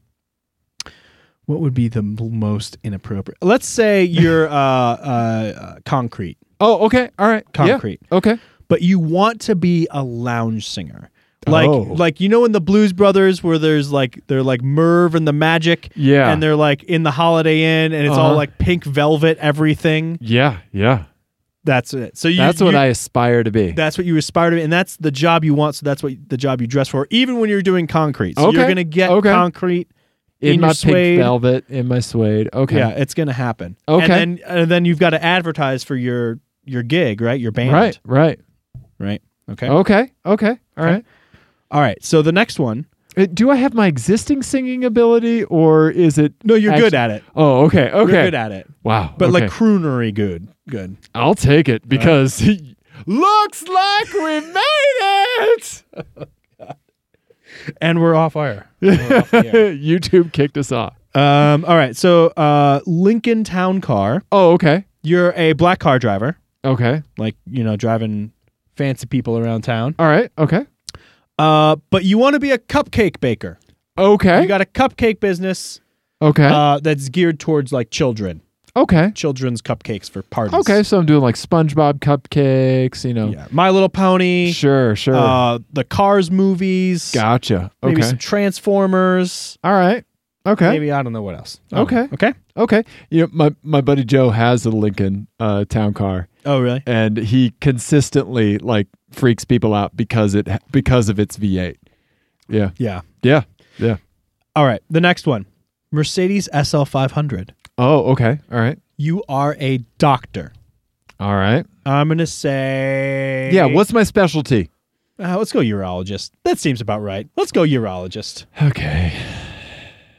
Speaker 3: what would be the m- most inappropriate? Let's say you're uh, uh, concrete,
Speaker 1: Oh, okay. All right. Yeah.
Speaker 3: concrete,
Speaker 1: Okay.
Speaker 3: but you want to be a lounge singer. Like,
Speaker 1: Oh.
Speaker 3: like you know, in the Blues Brothers, where there's like they're like Merv and the Magic,
Speaker 1: Yeah.
Speaker 3: and they're like in the Holiday Inn, and it's all
Speaker 1: Uh-huh.
Speaker 3: like pink velvet, everything.
Speaker 1: Yeah. Yeah.
Speaker 3: That's it. So you,
Speaker 1: That's what
Speaker 3: you-
Speaker 1: I aspire to be.
Speaker 3: That's what you aspire to, be, and that's the job you want. So that's what the job you dress for, even when you're doing concrete. So you're
Speaker 1: Okay.
Speaker 3: gonna get
Speaker 1: Okay.
Speaker 3: concrete.
Speaker 1: in,
Speaker 3: in
Speaker 1: my
Speaker 3: your suede.
Speaker 1: pink velvet, in my suede. Okay.
Speaker 3: Yeah, it's gonna happen.
Speaker 1: Okay.
Speaker 3: and then, and then you've got to advertise for your your gig, right? Your band,
Speaker 1: Right. Oh. Right.
Speaker 3: Right. Okay.
Speaker 1: Okay. Okay. All right.
Speaker 3: All right. So the next one.
Speaker 1: Uh, Do I have my existing singing ability or is it
Speaker 3: No, you're
Speaker 1: Actu-
Speaker 3: good at it.
Speaker 1: Oh, okay. Okay.
Speaker 3: You're good at it,
Speaker 1: wow.
Speaker 3: but like
Speaker 1: okay.
Speaker 3: croonery good, good.
Speaker 1: I'll take it because looks like we made it.
Speaker 3: and we're off air. Oh,
Speaker 1: YouTube kicked us off.
Speaker 3: Um, all right, so uh, Lincoln Town Car.
Speaker 1: Oh, okay.
Speaker 3: You're a black car driver,
Speaker 1: Okay.
Speaker 3: like you know, driving fancy people around town.
Speaker 1: All right. Okay.
Speaker 3: Uh, but you want to be a cupcake baker.
Speaker 1: Okay.
Speaker 3: You got a cupcake business
Speaker 1: okay.
Speaker 3: uh, that's geared towards like children,
Speaker 1: okay.
Speaker 3: children's cupcakes for parties.
Speaker 1: Okay. So I'm doing like SpongeBob cupcakes, you know.
Speaker 3: Yeah. My Little Pony.
Speaker 1: Sure, sure.
Speaker 3: Uh, the Cars movies.
Speaker 1: gotcha.
Speaker 3: Maybe
Speaker 1: Okay.
Speaker 3: some Transformers.
Speaker 1: All right. Okay.
Speaker 3: Maybe I don't know what else. I don't
Speaker 1: Okay.
Speaker 3: know. Okay.
Speaker 1: Okay. You know, my, my buddy Joe has a Lincoln uh, town car
Speaker 3: Oh really?
Speaker 1: and he consistently like freaks people out because it because of its V8. Yeah.
Speaker 3: Yeah.
Speaker 1: Yeah. Yeah.
Speaker 3: All right. The next one, Mercedes SL 500.
Speaker 1: Oh, okay. All right.
Speaker 3: You are a doctor.
Speaker 1: All right.
Speaker 3: I'm gonna say.
Speaker 1: Yeah, what's my specialty?
Speaker 3: Uh, let's go urologist. That seems about right. Let's go urologist.
Speaker 1: Okay.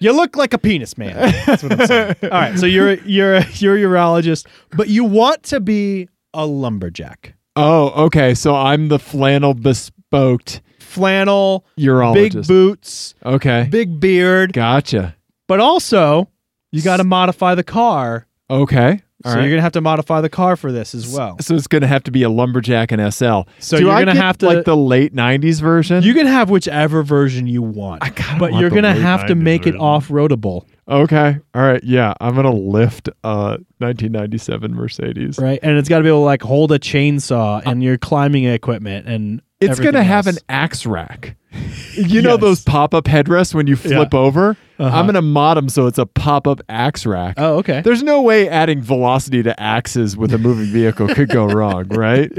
Speaker 3: You look like a penis man. That's what I'm saying. All right, so you're you're you're a urologist, but you want to be a lumberjack.
Speaker 1: Oh, okay. So I'm the flannel bespoked
Speaker 3: Flannel,
Speaker 1: urologist.
Speaker 3: big boots,
Speaker 1: Okay.
Speaker 3: big beard,
Speaker 1: Gotcha.
Speaker 3: but also you got to modify the car.
Speaker 1: Okay. All
Speaker 3: so
Speaker 1: right.
Speaker 3: you're gonna have to modify the car for this as well.
Speaker 1: so it's gonna have to be a lumberjack and SL.
Speaker 3: So
Speaker 1: Do
Speaker 3: you're
Speaker 1: I
Speaker 3: gonna
Speaker 1: get,
Speaker 3: have to-
Speaker 1: like the late '90s version.
Speaker 3: You can have whichever version you want,
Speaker 1: kinda
Speaker 3: but
Speaker 1: want
Speaker 3: you're
Speaker 1: the
Speaker 3: gonna
Speaker 1: late
Speaker 3: have to
Speaker 2: 90s
Speaker 3: make it
Speaker 2: version.
Speaker 3: off-roadable,
Speaker 1: okay? All right. Yeah, I'm gonna lift a 1997 Mercedes.
Speaker 3: right? And it's got to be able to like hold a chainsaw and your climbing equipment, and
Speaker 1: It's
Speaker 3: everything
Speaker 1: gonna have
Speaker 3: else.
Speaker 1: an axe rack. You know
Speaker 3: Yes. Uh-huh.
Speaker 1: those pop-up headrests when you flip over. I'm gonna mod them so it's a pop-up axe rack.
Speaker 3: Oh, okay.
Speaker 1: There's no way adding velocity to axes with a moving vehicle could go wrong, right?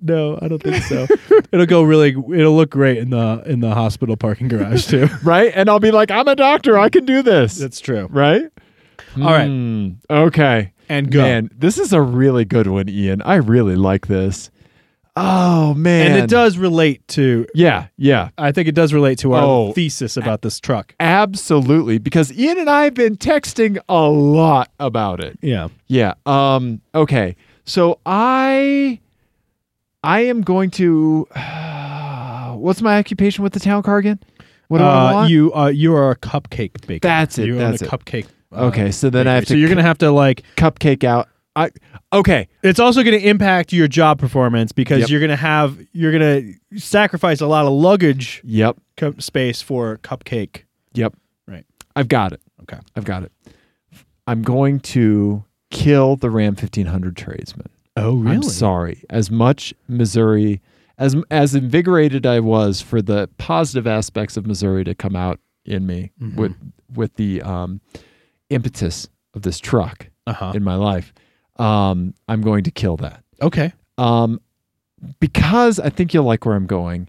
Speaker 3: No, I don't think so. it'll go really. It'll look great in the in the hospital parking garage too.
Speaker 1: Right? And I'll be like, I'm a doctor. I can do this.
Speaker 3: true.
Speaker 1: right?
Speaker 3: All right.
Speaker 1: Hmm. Okay.
Speaker 3: And go.
Speaker 1: Man, this is a really good one, Ian. I really like this. Oh man.
Speaker 3: And it does relate to.
Speaker 1: Yeah, yeah.
Speaker 3: I think it does relate to our
Speaker 1: Oh.
Speaker 3: thesis about this truck.
Speaker 1: Absolutely. Because Ian and I have been texting a lot about it.
Speaker 3: Yeah.
Speaker 1: Yeah. Um, okay. So I I am going to what's my occupation with the town car again? What do I
Speaker 3: Uh,
Speaker 1: want?
Speaker 3: you are you are a cupcake baker.
Speaker 1: That's it,
Speaker 3: You
Speaker 1: that's
Speaker 3: own
Speaker 1: it.
Speaker 3: a cupcake. uh,
Speaker 1: okay, so then I have
Speaker 3: so
Speaker 1: to
Speaker 3: you're gonna have to like.
Speaker 1: cupcake out. I okay.
Speaker 3: It's also gonna impact your job performance because
Speaker 1: Yep.
Speaker 3: you're gonna have you're gonna sacrifice a lot of luggage
Speaker 1: Yep.
Speaker 3: cup space for cupcake.
Speaker 1: Yep.
Speaker 3: Right.
Speaker 1: I've got it.
Speaker 3: Okay.
Speaker 1: I've got it. I'm going to kill the Ram 1500 tradesman.
Speaker 3: Oh
Speaker 1: I'm sorry. As much Missouri as as invigorated I was for the positive aspects of Missouri to come out in me
Speaker 3: Mm-hmm.
Speaker 1: with with the um, impetus of this truck
Speaker 3: Uh huh.
Speaker 1: in my life, um, I'm going to kill that.
Speaker 3: Okay.
Speaker 1: Um, because I think you'll like where I'm going.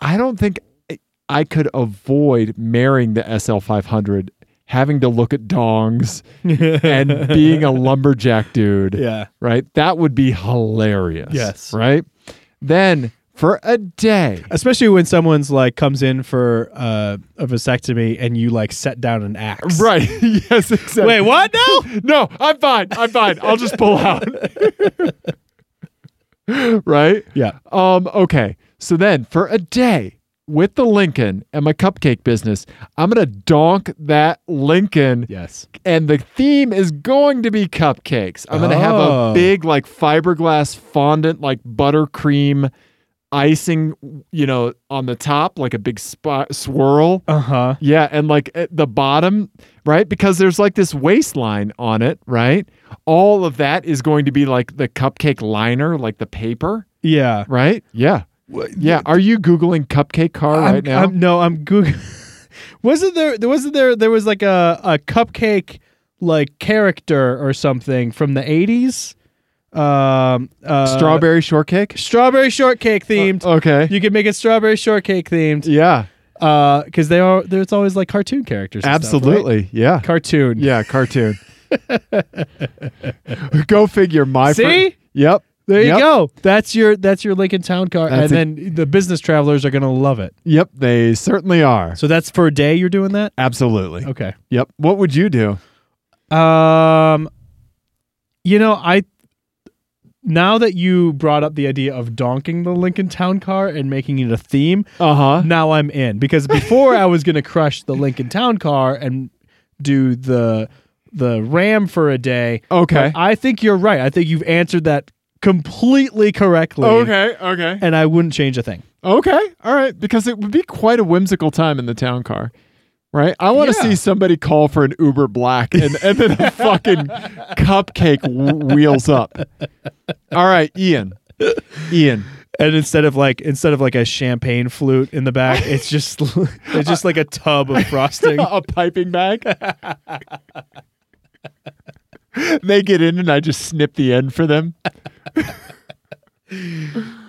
Speaker 1: I don't think I- I could avoid marrying the SL500, having to look at dongs and being a lumberjack dude.
Speaker 3: Yeah.
Speaker 1: Right? That would be hilarious.
Speaker 3: Yes.
Speaker 1: Right? Then for a day.
Speaker 3: especially when someone's like comes in for uh, a vasectomy and you like set down an axe.
Speaker 1: Right. yes, exactly.
Speaker 3: Wait, what? No.
Speaker 1: No, I'm fine. I'm fine. I'll just pull out. right?
Speaker 3: yeah.
Speaker 1: Um, okay. So then for a day with the Lincoln and my cupcake business, I'm gonna donk that Lincoln
Speaker 3: Yes.
Speaker 1: and the theme is going to be cupcakes. I'm gonna have a
Speaker 3: Oh.
Speaker 1: big like fiberglass fondant, like buttercream icing, you know, on the top, like a big spot swirl.
Speaker 3: Uh huh.
Speaker 1: Yeah, and like at the bottom, right? Because there's like this waistline on it, right? All of that is going to be like the cupcake liner, like the paper,
Speaker 3: Yeah.
Speaker 1: right? Yeah. Yeah. Are you Googling cupcake car
Speaker 3: I'm-
Speaker 1: right now?
Speaker 3: I'm- no, I'm Google. wasn't there? There wasn't there. There was like a a cupcake like character or something from the eighties. Um. Uh,
Speaker 1: Strawberry Uh, oh. shortcake?
Speaker 3: Strawberry shortcake themed.
Speaker 1: Okay.
Speaker 3: You could make it strawberry shortcake themed.
Speaker 1: yeah.
Speaker 3: Uh, because they are there's always like cartoon characters. and stuff, right?
Speaker 1: Absolutely. Yeah.
Speaker 3: Cartoon.
Speaker 1: yeah. Cartoon. Go figure. My fir-
Speaker 3: See?
Speaker 1: yep.
Speaker 3: There you
Speaker 1: Yep.
Speaker 3: go. That's your that's your Lincoln Town Car,
Speaker 1: That's
Speaker 3: and then the business travelers are gonna love it.
Speaker 1: Yep. They certainly are.
Speaker 3: So that's for a day. You're doing that.
Speaker 1: Absolutely.
Speaker 3: Okay.
Speaker 1: Yep. What would you do?
Speaker 3: Um, you know I now that you brought up the idea of donking the Lincoln Town Car and making it a theme,
Speaker 1: Uh huh.
Speaker 3: now I'm in because before I was gonna crush the Lincoln Town Car and do the the Ram for a day.
Speaker 1: Okay.
Speaker 3: but I think you're right. I think you've answered that completely correctly.
Speaker 1: Okay. Okay.
Speaker 3: and I wouldn't change a thing.
Speaker 1: Okay. All right. Because it would be quite a whimsical time in the town car. Right? I want to see somebody call for an Uber Black and, and then a fucking cupcake w- wheels up. All right, Ian. Ian.
Speaker 3: And instead of like instead of like a champagne flute in the back, it's just it's just like a tub of frosting.
Speaker 1: A piping bag. they get in and I just snip the end for them.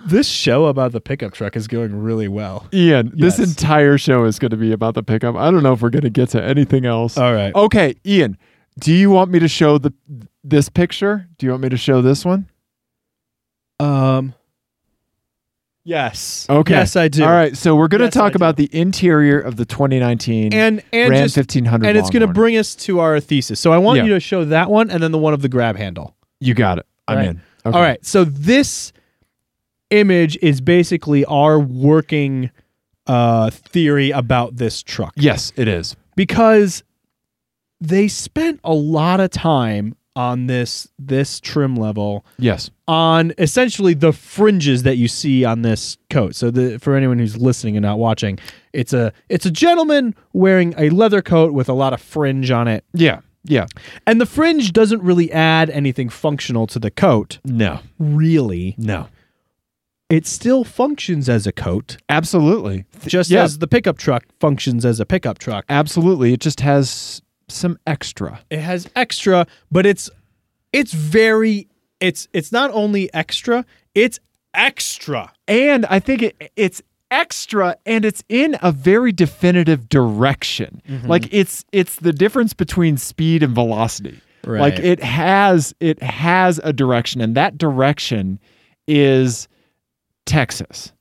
Speaker 3: this show about the pickup truck is going really well.
Speaker 1: Ian, this
Speaker 3: Yes.
Speaker 1: entire show is going to be about the pickup. I don't know if we're going to get to anything else.
Speaker 3: All right.
Speaker 1: Okay, Ian, do you want me to show the this picture? Do you want me to show this one?
Speaker 3: Um. Yes.
Speaker 1: Okay.
Speaker 3: Yes, I do.
Speaker 1: All right, so we're going to
Speaker 3: Yes, I
Speaker 1: talk
Speaker 3: do.
Speaker 1: about the interior of the 2019
Speaker 3: And and
Speaker 1: Ram
Speaker 3: just
Speaker 1: 1500,
Speaker 3: and it's going to
Speaker 1: Longhorn.
Speaker 3: bring us to our thesis. So I want
Speaker 1: Yeah.
Speaker 3: you to show that one and then the one of the grab handle.
Speaker 1: You got it. I'm
Speaker 3: Right.
Speaker 1: in. Okay.
Speaker 3: All right. So this image is basically our working uh theory about this truck.
Speaker 1: Yes, it is.
Speaker 3: because they spent a lot of time on this this trim level
Speaker 1: Yes.
Speaker 3: on essentially the fringes that you see on this coat. So the, for anyone who's listening and not watching, it's a it's a gentleman wearing a leather coat with a lot of fringe on it.
Speaker 1: Yeah. Yeah.
Speaker 3: And the fringe doesn't really add anything functional to the coat,
Speaker 1: No.
Speaker 3: really.
Speaker 1: No.
Speaker 3: It still functions as a coat,
Speaker 1: Absolutely.
Speaker 3: just
Speaker 1: Yeah.
Speaker 3: as the pickup truck functions as a pickup truck.
Speaker 1: Absolutely. It just has some extra.
Speaker 3: it has extra but it's it's very it's it's not only extra it's extra
Speaker 1: and I think it, it's extra and it's in a very definitive direction. Like it's it's the difference between speed and velocity. Like
Speaker 3: Right.
Speaker 1: it has it has a direction and that direction is Texas.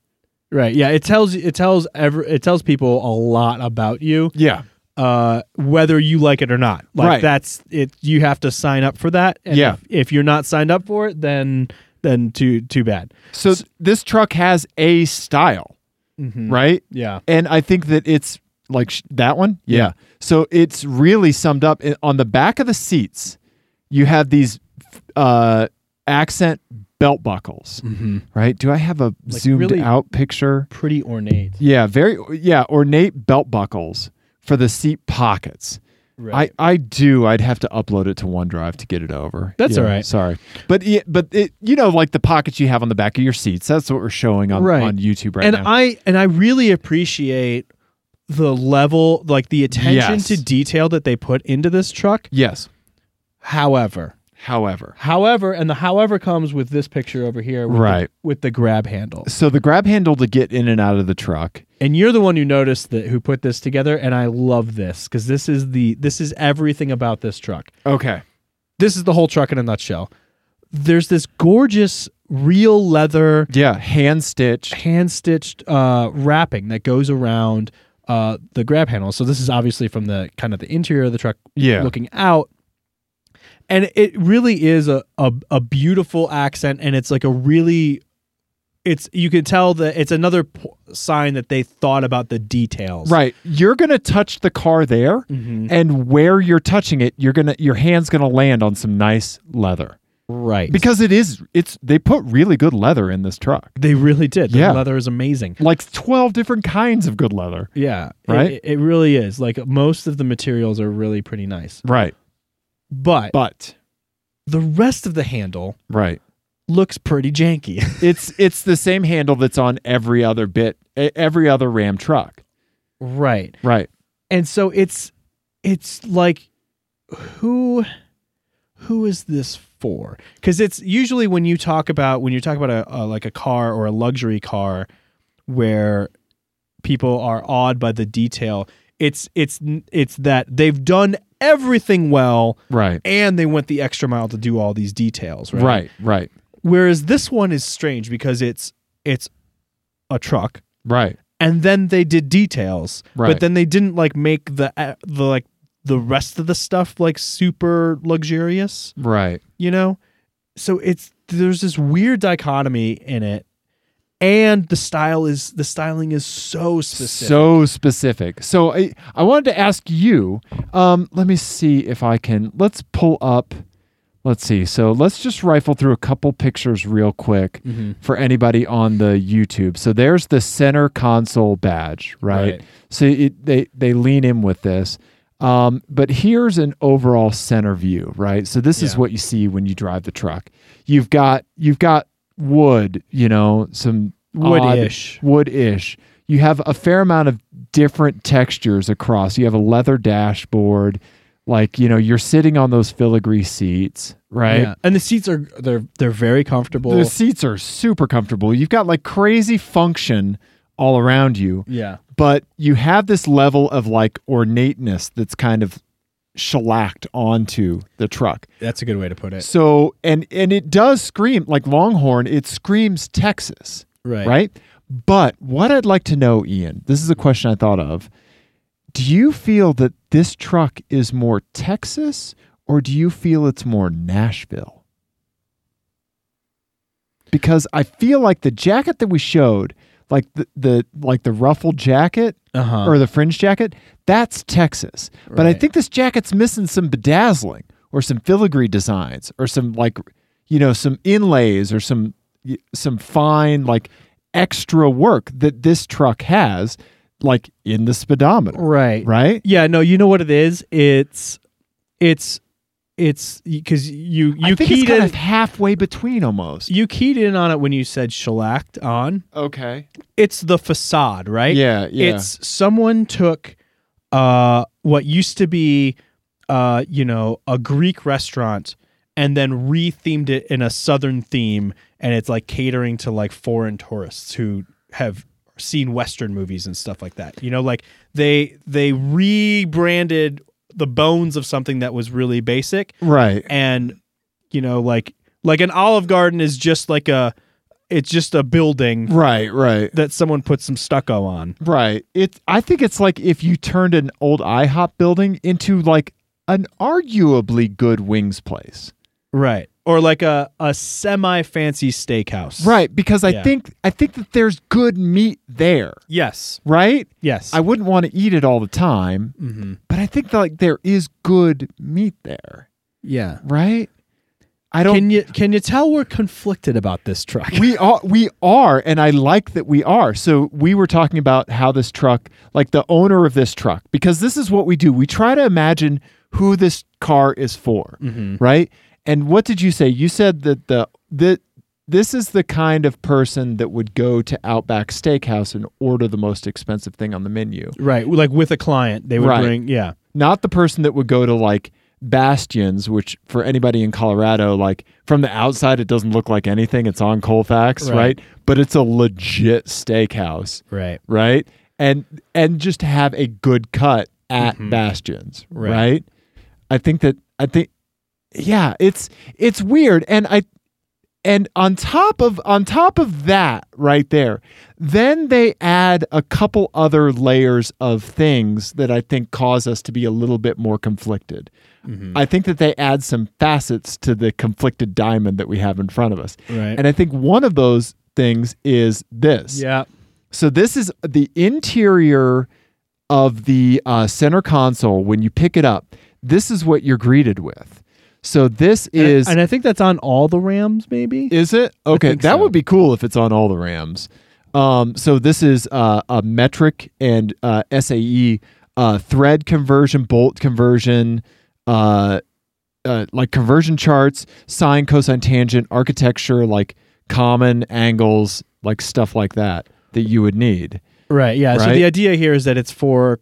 Speaker 3: right yeah it tells it tells ever it tells people a lot about you
Speaker 1: Yeah.
Speaker 3: uh whether you like it or not like
Speaker 1: Right.
Speaker 3: that's it you have to sign up for that and
Speaker 1: Yeah.
Speaker 3: if, if you're not signed up for it then then too too bad
Speaker 1: So th- this truck has a style, right?
Speaker 3: yeah
Speaker 1: And I think that it's like sh- that one. Yeah. So it's really summed up in, on the back of the seats. You have these uh, accent belt buckles, right? Do I have a zoomed
Speaker 3: Mm-hmm. really-
Speaker 1: out picture?
Speaker 3: pretty ornate
Speaker 1: Yeah, very yeah, ornate belt buckles for the seat pockets.
Speaker 3: Right.
Speaker 1: I, I do. I'd have to upload it to OneDrive to get it over.
Speaker 3: That's
Speaker 1: Yeah,
Speaker 3: all right.
Speaker 1: Sorry, but yeah, but it, you know, like the pockets you have on the back of your seats. That's what we're showing on
Speaker 3: Right.
Speaker 1: on YouTube right
Speaker 3: and
Speaker 1: now.
Speaker 3: i and i really appreciate the level like the attention
Speaker 1: Yes.
Speaker 3: to detail that they put into this truck
Speaker 1: yes.
Speaker 3: however
Speaker 1: However,
Speaker 3: However, and the however comes with this picture over here, with
Speaker 1: Right.
Speaker 3: The, with the grab handle,
Speaker 1: so the grab handle to get in and out of the truck.
Speaker 3: and you're the one who noticed that who put this together, and I love this because this is the this is everything about this truck.
Speaker 1: Okay.
Speaker 3: This is the whole truck in a nutshell. There's this gorgeous real leather
Speaker 1: Yeah, hand stitched.
Speaker 3: hand stitched uh, wrapping that goes around uh, the grab handle. So this is obviously from the kind of the interior of the truck,
Speaker 1: Yeah.
Speaker 3: looking out. And it really is a, a a beautiful accent, and it's like a really, it's you can tell that it's another p- sign that they thought about the details,
Speaker 1: Right. You're gonna touch the car there,
Speaker 3: Mhm.
Speaker 1: and where you're touching it, you're gonna your hand's gonna land on some nice leather.
Speaker 3: Right,
Speaker 1: because it is it's they put really good leather in this truck
Speaker 3: they really did.
Speaker 1: Yeah.
Speaker 3: The leather is amazing.
Speaker 1: like 12 different kinds of good leather
Speaker 3: Yeah, it-
Speaker 1: Right?
Speaker 3: It, it really is. Like most of the materials are really pretty nice,
Speaker 1: right
Speaker 3: but
Speaker 1: but
Speaker 3: the rest of the handle
Speaker 1: right
Speaker 3: looks pretty janky.
Speaker 1: it's it's the same handle that's on every other bit e- every other ram truck
Speaker 3: Right.
Speaker 1: right
Speaker 3: And so it's it's like who who is this for? Cuz it's usually when you talk about when you talk about a, a like a car or a luxury car where people are awed by the detail, it's it's it's that they've done everything well
Speaker 1: right
Speaker 3: and they went the extra mile to do all these details, right?
Speaker 1: right right
Speaker 3: Whereas this one is strange because it's it's a truck
Speaker 1: right
Speaker 3: and then they did details
Speaker 1: Right.
Speaker 3: but then they didn't like make the uh, the like the rest of the stuff like super luxurious
Speaker 1: right
Speaker 3: you know so it's there's this weird dichotomy in it, and the style is the styling is so specific.
Speaker 1: So specific. So I, I wanted to ask you. Um, let me see if I can. Let's pull up. Let's see. So let's just rifle through a couple pictures real quick
Speaker 3: Mm-hmm.
Speaker 1: for anybody on the YouTube. So there's the center console badge, right?
Speaker 2: Right.
Speaker 1: So it, they they lean in with this. Um, but here's an overall center view, right? So this is
Speaker 3: Yeah.
Speaker 1: what you see when you drive the truck. You've got you've got wood, you know, some
Speaker 3: Wood-ish.
Speaker 1: odd- wood-ish. You have a fair amount of different textures across. You have a leather dashboard, like you know, you're sitting on those filigree seats, right?
Speaker 3: Yeah. And the seats are they're they're very comfortable.
Speaker 1: The seats are super comfortable. You've got like crazy function all around you,
Speaker 3: yeah.
Speaker 1: but you have this level of like ornateness that's kind of shellacked onto the truck.
Speaker 3: That's a good way to put it.
Speaker 1: So and and it does scream like Longhorn, it screams Texas
Speaker 3: Right.
Speaker 1: right? But what I'd like to know, Ian, this is a question I thought of. Do you feel that this truck is more Texas or do you feel it's more Nashville? Because I feel like the jacket that we showed, like the, the like the ruffled jacket
Speaker 3: Uh-huh.
Speaker 1: or the fringe jacket, that's Texas. But I
Speaker 3: Right.
Speaker 1: think this jacket's missing some bedazzling or some filigree designs or some like you know some inlays or some y- some fine like extra work that this truck has like in the speedometer,
Speaker 3: right.
Speaker 1: right?
Speaker 3: Yeah, no, you know what it is? It's it's it's because you you
Speaker 1: I think it's
Speaker 3: keyed
Speaker 1: kind
Speaker 3: in
Speaker 1: of halfway between almost.
Speaker 3: you keyed in on it when you said shellacked on.
Speaker 1: okay.
Speaker 3: It's the facade, right?
Speaker 1: Yeah, yeah.
Speaker 3: It's someone took uh what used to be uh you know a Greek restaurant and then rethemed it in a southern theme and it's like catering to like foreign tourists who have seen western movies and stuff like that. You know like they they rebranded the bones of something that was really basic
Speaker 1: right.
Speaker 3: and you know like like an olive garden is just like a it's just a building
Speaker 1: Right, right.
Speaker 3: that someone put some stucco on.
Speaker 1: Right. It's I think it's like if you turned an old IHOP building into like an arguably good wings place.
Speaker 3: Right. Or like a, a semi fancy steakhouse.
Speaker 1: Right, because I
Speaker 3: Yeah.
Speaker 1: think I think that there's good meat there,
Speaker 3: Yes.
Speaker 1: right?
Speaker 3: Yes.
Speaker 1: I wouldn't want to eat it all the time,
Speaker 3: Mhm.
Speaker 1: but I think that, like there is good meat there,
Speaker 3: Yeah.
Speaker 1: right? I don't
Speaker 3: Can you can you tell we're conflicted about this truck?
Speaker 1: we are we are and i like that we are so we were talking about how this truck like the owner of this truck because this is what we do we try to imagine who this car is for right and what did you say you said that the that this is the kind of person that would go to outback steakhouse and order the most expensive thing on the menu
Speaker 3: right. Like with a client, they would
Speaker 1: Right.
Speaker 3: bring yeah.
Speaker 1: not the person that would go to like Bastions, which for anybody in Colorado, like from the outside, it doesn't look like anything. It's on Colfax, right?
Speaker 3: Right.
Speaker 1: But it's a legit steakhouse,
Speaker 3: Right.
Speaker 1: right? And and just have a good cut at Bastions, right.
Speaker 3: Mm-hmm. Right.
Speaker 1: I think that I think, yeah, it's it's weird, and I and on top of on top of that right there then they add a couple other layers of things that i think cause us to be a little bit more conflicted
Speaker 3: Mm-hmm.
Speaker 1: i think that they add some facets to the conflicted diamond that we have in front of us
Speaker 3: Right.
Speaker 1: and i think one of those things is this
Speaker 3: yeah.
Speaker 1: so this is the interior of the uh, center console when you pick it up this is what you're greeted with so this is
Speaker 3: and I think that's on all the Rams, maybe?
Speaker 1: is it? Okay,
Speaker 3: think
Speaker 1: that
Speaker 3: so.
Speaker 1: would be cool if it's on all the Rams. Um, so this is uh, a metric and uh, SAE uh, thread conversion, bolt conversion, uh, uh, like conversion charts, sine, cosine, tangent, architecture, like common angles, like stuff like that that you would need.
Speaker 3: right, yeah. So
Speaker 1: Right.
Speaker 3: the idea here is that it's for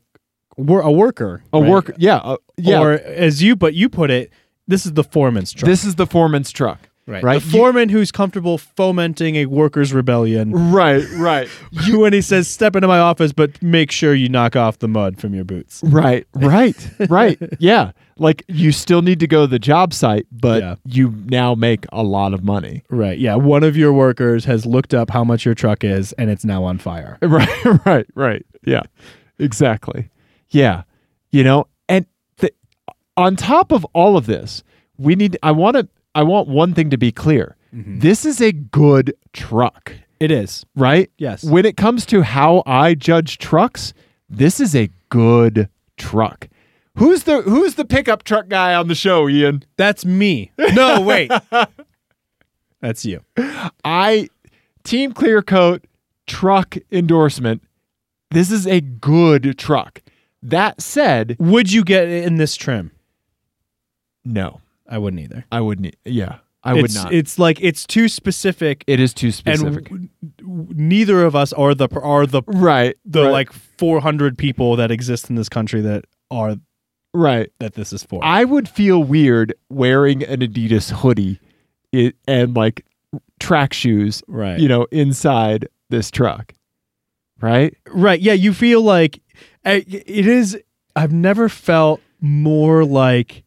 Speaker 3: wor- a worker.
Speaker 1: A
Speaker 3: right?
Speaker 1: work, yeah, uh, yeah.
Speaker 3: Or as you but you put it, this is the foreman's truck.
Speaker 1: this is the foreman's truck. right.
Speaker 3: The
Speaker 1: You-
Speaker 3: foreman who's comfortable fomenting a workers' rebellion.
Speaker 1: Right, right,
Speaker 3: you when he says step into my office but make sure you knock off the mud from your boots
Speaker 1: Right, right, right. yeah. Like you still need to go to the job site, but
Speaker 3: Yeah.
Speaker 1: you now make a lot of money.
Speaker 3: right yeah one of your workers has looked up how much your truck is and it's now on fire
Speaker 1: Right, right, right. Yeah. Exactly. Yeah. You know, and th- on top of all of this, we need I want to I want one thing to be clear. This is a good truck,
Speaker 3: Mm-hmm. It is.
Speaker 1: right?
Speaker 3: Yes.
Speaker 1: When it comes to how I judge trucks, this is a good truck. Who's the who's the pickup truck guy on the show, Ian?
Speaker 3: That's me. No, wait. That's you.
Speaker 1: I Team Clearcoat truck endorsement. This is a good truck. That said,
Speaker 3: Would you get it in this trim?
Speaker 1: no,
Speaker 3: I wouldn't either.
Speaker 1: I wouldn't. e, Yeah, I would
Speaker 3: it's,
Speaker 1: not.
Speaker 3: It's like it's too specific,
Speaker 1: it is too
Speaker 3: and
Speaker 1: specific.
Speaker 3: w- w- neither of us are the are the
Speaker 1: right.
Speaker 3: the
Speaker 1: right,
Speaker 3: like 400 people that exist in this country that are
Speaker 1: right.
Speaker 3: that this is for.
Speaker 1: I would feel weird wearing an Adidas hoodie i- and like track shoes,
Speaker 3: right.
Speaker 1: you know, inside this truck. Right?
Speaker 3: Right. Yeah. You feel like I- it is. I've never felt more like,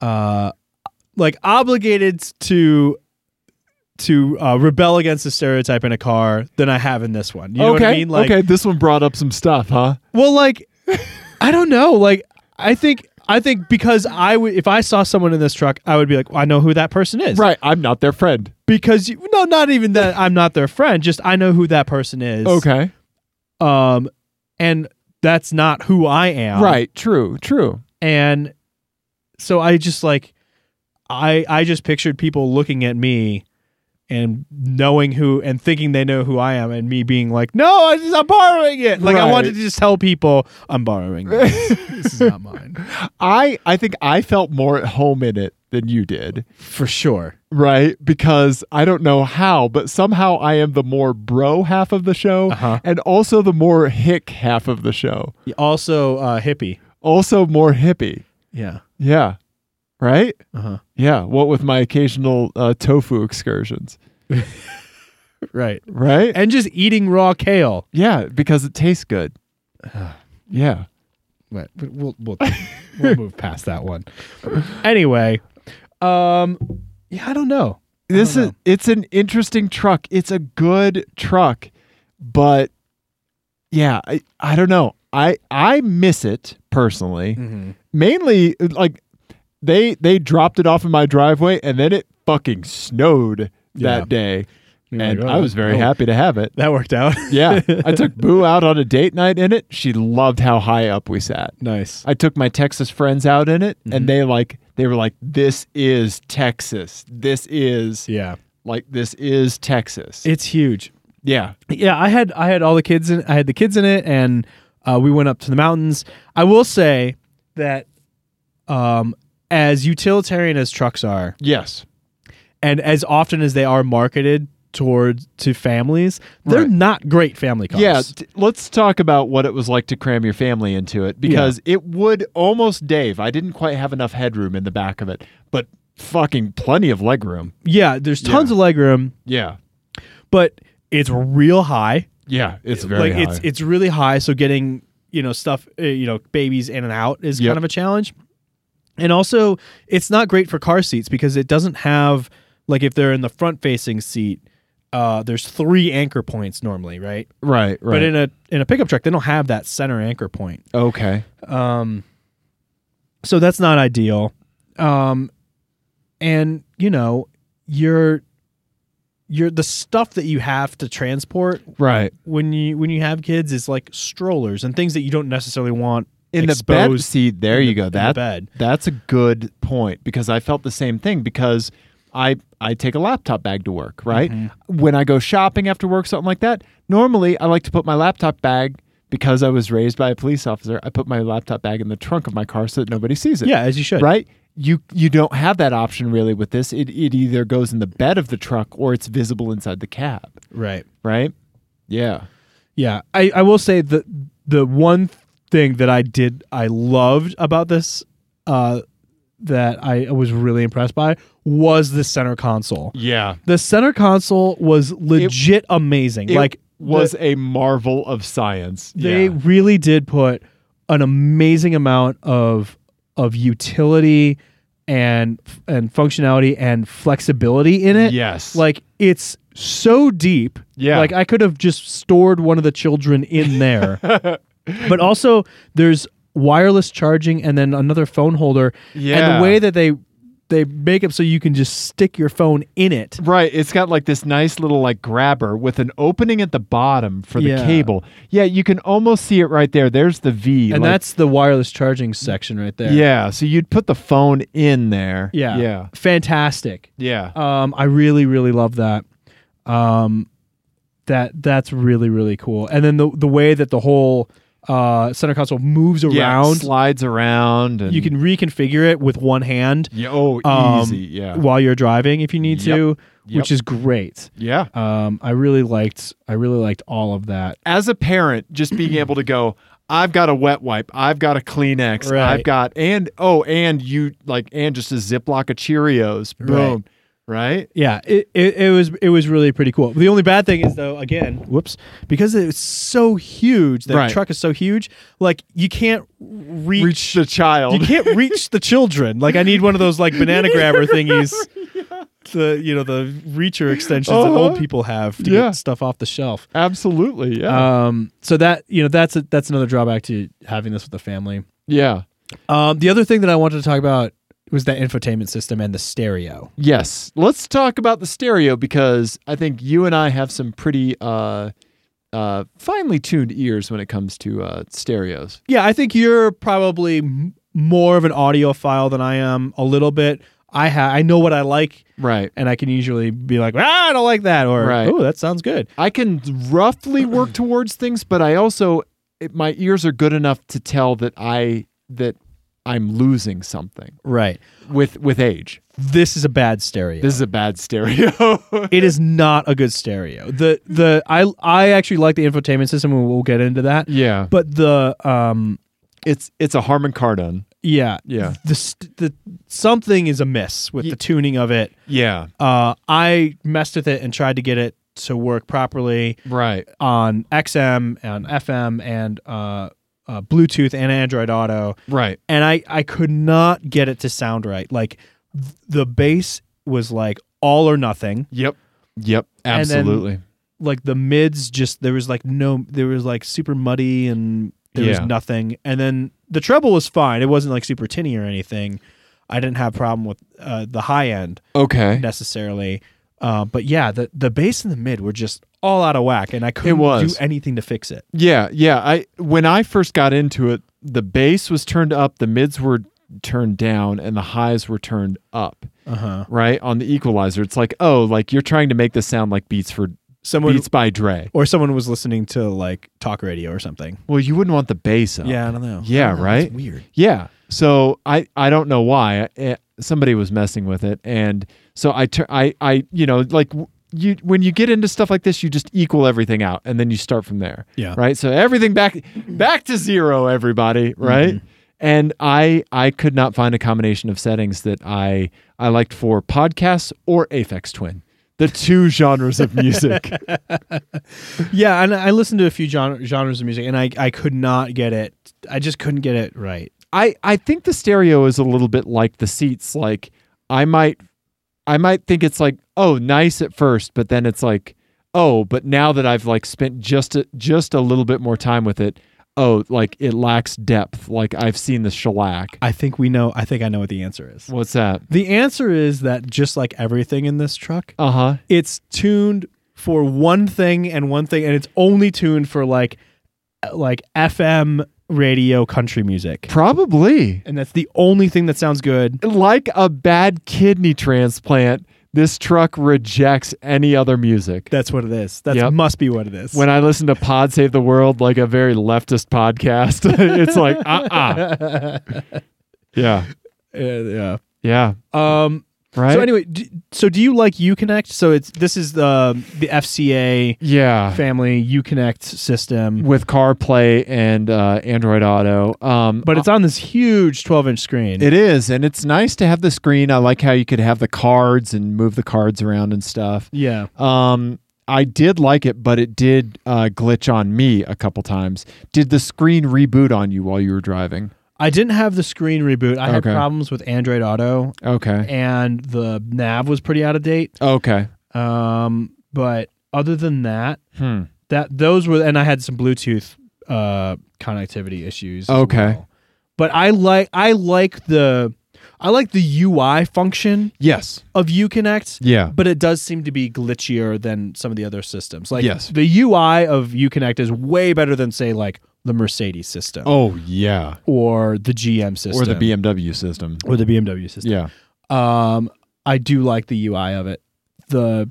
Speaker 3: uh, like obligated to to uh, rebel against the stereotype in a car than I have in this one. You know
Speaker 1: okay.
Speaker 3: what I mean? Like,
Speaker 1: okay. This one brought up some stuff, huh?
Speaker 3: well, like, I don't know. Like, I think. I think because I would, if I saw someone in this truck, I would be like, I know who that person is.
Speaker 1: Right. I'm not their friend.
Speaker 3: Because you, no, not even that I'm not their friend. Just I know who that person is.
Speaker 1: Okay.
Speaker 3: Um, and that's not who I am.
Speaker 1: right. True. True.
Speaker 3: and so i just like i i just pictured people looking at me and knowing who and thinking they know who i am and me being like no I just, i'm borrowing it like i wanted
Speaker 1: Right.
Speaker 3: to just tell people i'm borrowing this this is not mine
Speaker 1: I I think I felt more at home in it than you did,
Speaker 3: for sure
Speaker 1: right? Because I don't know how, but somehow I am the more bro half of the show
Speaker 3: Uh-huh.
Speaker 1: and also the more hick half of the show.
Speaker 3: also uh hippie
Speaker 1: Also more hippie.
Speaker 3: yeah
Speaker 1: Yeah. Right?
Speaker 3: uh-huh
Speaker 1: Yeah, what with my occasional uh, tofu excursions,
Speaker 3: right
Speaker 1: right?
Speaker 3: and just eating raw kale
Speaker 1: yeah, because it tastes good. Yeah.
Speaker 3: but, but we'll we'll, we'll move past that one anyway um yeah i don't know
Speaker 1: this
Speaker 3: don't
Speaker 1: is it's an interesting truck. It's a good truck, but yeah, I, I don't know. I I miss it personally.
Speaker 3: Mm-hmm.
Speaker 1: Mainly like they they dropped it off in my driveway and then it fucking snowed
Speaker 3: Yeah.
Speaker 1: that day.
Speaker 3: You're
Speaker 1: And
Speaker 3: like,
Speaker 1: I
Speaker 3: oh,
Speaker 1: was very
Speaker 3: oh,
Speaker 1: happy to have it.
Speaker 3: that worked out
Speaker 1: Yeah. I took Boo out on a date night in it. She loved how high up we sat.
Speaker 3: nice
Speaker 1: I took my Texas friends out in it
Speaker 3: Mm-hmm.
Speaker 1: and they like they were like this is Texas. This is
Speaker 3: yeah
Speaker 1: like this is Texas.
Speaker 3: It's huge.
Speaker 1: yeah.
Speaker 3: Yeah, I had I had all the kids in I had the kids in it and uh, we went up to the mountains. I will say that um as utilitarian as trucks are
Speaker 1: Yes.
Speaker 3: and as often as they are marketed toward to families, they're
Speaker 1: Right.
Speaker 3: not great family cars.
Speaker 1: Yeah. t- let's talk about what it was like to cram your family into it because it would almost Dave. I didn't quite have enough headroom in the back of it, but fucking plenty of legroom.
Speaker 3: Yeah, there's tons of legroom,
Speaker 1: Yeah.
Speaker 3: but it's real high.
Speaker 1: Yeah. It's very
Speaker 3: like it's
Speaker 1: high.
Speaker 3: it's really high so getting you know stuff uh, you know babies in and out is
Speaker 1: Yep.
Speaker 3: kind of a challenge and also it's not great for car seats because it doesn't have like if they're in the front facing seat uh, there's three anchor points normally right?
Speaker 1: right. Right.
Speaker 3: but in a in a pickup truck they don't have that center anchor point
Speaker 1: okay.
Speaker 3: um so that's not ideal um and you know you're you're the stuff that you have to transport
Speaker 1: Right.
Speaker 3: when you when you have kids is like strollers and things that you don't necessarily want
Speaker 1: In the bed
Speaker 3: exposed
Speaker 1: seat, there
Speaker 3: in
Speaker 1: you
Speaker 3: the-
Speaker 1: go.
Speaker 3: in the
Speaker 1: That
Speaker 3: bed.
Speaker 1: that's a good point because I felt the same thing because I I take a laptop bag to work, right?
Speaker 3: Mm-hmm.
Speaker 1: When I go shopping after work, something like that. Normally, I like to put my laptop bag because I was raised by a police officer. I put my laptop bag in the trunk of my car so that nobody sees it.
Speaker 3: Yeah, as you should.
Speaker 1: Right? You you don't have that option really with this. It it either goes in the bed of the truck or it's visible inside the cab,
Speaker 3: Right.
Speaker 1: right? Yeah.
Speaker 3: Yeah. I, I will say the the one thing that I did I loved about this uh that I was really impressed by was the center console.
Speaker 1: Yeah.
Speaker 3: The center console was legit amazing.
Speaker 1: It
Speaker 3: like
Speaker 1: was
Speaker 3: the-
Speaker 1: a marvel of science.
Speaker 3: they
Speaker 1: yeah.
Speaker 3: really did put an amazing amount of of utility and and functionality and flexibility in it.
Speaker 1: Yes.
Speaker 3: Like it's so deep.
Speaker 1: Yeah.
Speaker 3: Like I could have just stored one of the children in there. but also there's wireless charging and then another phone holder. And
Speaker 1: Yeah.
Speaker 3: the way that they they make it so you can just stick your phone in it.
Speaker 1: Right. It's got like this nice little like grabber with an opening at the bottom for the
Speaker 3: Yeah.
Speaker 1: cable. Yeah, you can almost see it right there. There's the V.
Speaker 3: And
Speaker 1: like-
Speaker 3: that's the wireless charging section right there.
Speaker 1: yeah. So you'd put the phone in there.
Speaker 3: Yeah.
Speaker 1: Yeah. Uh,
Speaker 3: Fantastic.
Speaker 1: Yeah.
Speaker 3: Um, I really, really love that. Um, that that's really, really cool. And then the the way that the whole uh, center console moves around,
Speaker 1: Yeah, slides around. And
Speaker 3: you can reconfigure it with one hand
Speaker 1: Yeah, oh,
Speaker 3: um,
Speaker 1: easy. Yeah.
Speaker 3: while you're driving if you need
Speaker 1: Yep.
Speaker 3: to,
Speaker 1: Yep.
Speaker 3: which is great.
Speaker 1: yeah.
Speaker 3: Um, I really liked I really liked all of that.
Speaker 1: As a parent, just being able to go, I've got a wet wipe. I've got a Kleenex.
Speaker 3: Right.
Speaker 1: I've got and oh, and you like and just a Ziploc of Cheerios. Boom. Right?
Speaker 3: Yeah, it, it, it was it was really pretty cool. The only bad thing is though, again, whoops, because it's so huge, the
Speaker 1: Right.
Speaker 3: truck is so huge, like you can't reach,
Speaker 1: Reach the child.
Speaker 3: you can't reach the children. Like I need one of those like banana grabber thingies. The you know the reacher extensions that old
Speaker 1: Uh-huh.
Speaker 3: people have to
Speaker 1: Yeah.
Speaker 3: get stuff off the shelf.
Speaker 1: Absolutely. Yeah.
Speaker 3: Um, so that you know that's a, that's another drawback to having this with the family.
Speaker 1: yeah.
Speaker 3: Um, the other thing that I wanted to talk about was that infotainment system and the stereo.
Speaker 1: Yes. Let's talk about the stereo because I think you and I have some pretty uh, uh, finely tuned ears when it comes to uh, stereos.
Speaker 3: Yeah, I think you're probably m- more of an audiophile than I am a little bit. I ha- I know what I like,
Speaker 1: Right.
Speaker 3: and I can usually be like, ah, I don't like that, or
Speaker 1: Right.
Speaker 3: oh, that sounds good.
Speaker 1: I can roughly work towards things, but I also it, my ears are good enough to tell that I that I'm losing something
Speaker 3: Right.
Speaker 1: with with age.
Speaker 3: This is a bad stereo.
Speaker 1: This is a bad stereo.
Speaker 3: it is not a good stereo. The the I I actually like the infotainment system, and we'll get into that.
Speaker 1: yeah. But
Speaker 3: But the um
Speaker 1: it's it's a Harman Kardon.
Speaker 3: yeah
Speaker 1: Yeah.
Speaker 3: the st- the something is amiss with the tuning of it.
Speaker 1: Yeah.
Speaker 3: Uh, I messed with it and tried to get it to work properly.
Speaker 1: Right.
Speaker 3: on XM on FM and uh, uh, Bluetooth and Android Auto,
Speaker 1: Right.
Speaker 3: and I I could not get it to sound right. Like th- the bass was like all or nothing.
Speaker 1: Yep. Yep.
Speaker 3: And then-
Speaker 1: Absolutely.
Speaker 3: Like the mids, just there was like no, there was like super muddy and there
Speaker 1: Yeah.
Speaker 3: was nothing. And then the treble was fine. It wasn't like super tinny or anything. I didn't have a problem with uh, the high end
Speaker 1: okay.
Speaker 3: necessarily. Uh, but yeah, the the bass and the mid were just all out of whack, and I couldn't
Speaker 1: was.
Speaker 3: do anything to fix it.
Speaker 1: Yeah, yeah. I when I first got into it, the bass was turned up, the mids were turned down, and the highs were turned up.
Speaker 3: Uh huh.
Speaker 1: Right on the equalizer, it's like oh, like you're trying to make this sound like beats for
Speaker 3: Someone
Speaker 1: beats by Dre.
Speaker 3: or someone was listening to like talk radio or something.
Speaker 1: Well, you wouldn't want the bass up.
Speaker 3: I don't know.
Speaker 1: Oh. Yeah, right?
Speaker 3: weird.
Speaker 1: Yeah. So I I don't know why Eh, somebody was messing with it, and so I tur- I I you know like w- you when you get into stuff like this, you just equal everything out, and then you start from there.
Speaker 3: Yeah.
Speaker 1: Right. So everything back back to zero, everybody. Right. And I I could not find a combination of settings that I I liked for podcasts or Aphex Twin, the two genres of music.
Speaker 3: Yeah, and I listened to a few genre, genres of music, and I I could not get it. I just couldn't get it right.
Speaker 1: I I think the stereo is a little bit like the seats. Like I might I might think it's like oh nice at first, but then it's like oh, but now that I've like spent just a, just a little bit more time with it, oh like it lacks depth. Like I've seen the shellac.
Speaker 3: I think we know. I think I know what the answer is.
Speaker 1: What's that?
Speaker 3: The answer is that just like everything in this truck,
Speaker 1: Uh huh.
Speaker 3: it's tuned for one thing and one thing, and it's only tuned for like uh, like FM radio country music,
Speaker 1: Probably
Speaker 3: and that's the only thing that sounds good.
Speaker 1: like a bad kidney transplant. This truck rejects any other music.
Speaker 3: That's what it is. That
Speaker 1: Yep.
Speaker 3: must be what it is.
Speaker 1: when I listen to Pod Save the World, like a very leftist podcast, it's like, uh uh Yeah.
Speaker 3: Uh, yeah.
Speaker 1: Yeah.
Speaker 3: Um.
Speaker 1: Right.
Speaker 3: So anyway, d so do you like UConnect? So it's this is the the FCA
Speaker 1: yeah.
Speaker 3: family UConnect system,
Speaker 1: With CarPlay and uh, Android Auto. Um,
Speaker 3: but it's on this huge 12 inch screen.
Speaker 1: it is. And it's nice to have the screen. I like how you could have the cards and move the cards around and stuff.
Speaker 3: yeah.
Speaker 1: Um, I did like it, but it did uh, glitch on me a couple times. Did the screen reboot on you while you were driving?
Speaker 3: I didn't have the screen reboot. I had
Speaker 1: Okay.
Speaker 3: problems with Android Auto,
Speaker 1: Okay.
Speaker 3: and the nav was pretty out of date.
Speaker 1: Okay.
Speaker 3: Um. But other than that,
Speaker 1: Hmm.
Speaker 3: that those were, and I had some Bluetooth uh connectivity issues. as
Speaker 1: Okay.
Speaker 3: well. But I like I like the I like the UI function
Speaker 1: Yes.
Speaker 3: of Uconnect.
Speaker 1: Yeah.
Speaker 3: But it does seem to be glitchier than some of the other systems. Like
Speaker 1: Yes.
Speaker 3: the UI of Uconnect is way better than say like the Mercedes system
Speaker 1: Oh yeah.
Speaker 3: or the GM system
Speaker 1: Or the BMW system.
Speaker 3: or the BMW system.
Speaker 1: Yeah.
Speaker 3: Um, I do like the UI of it. The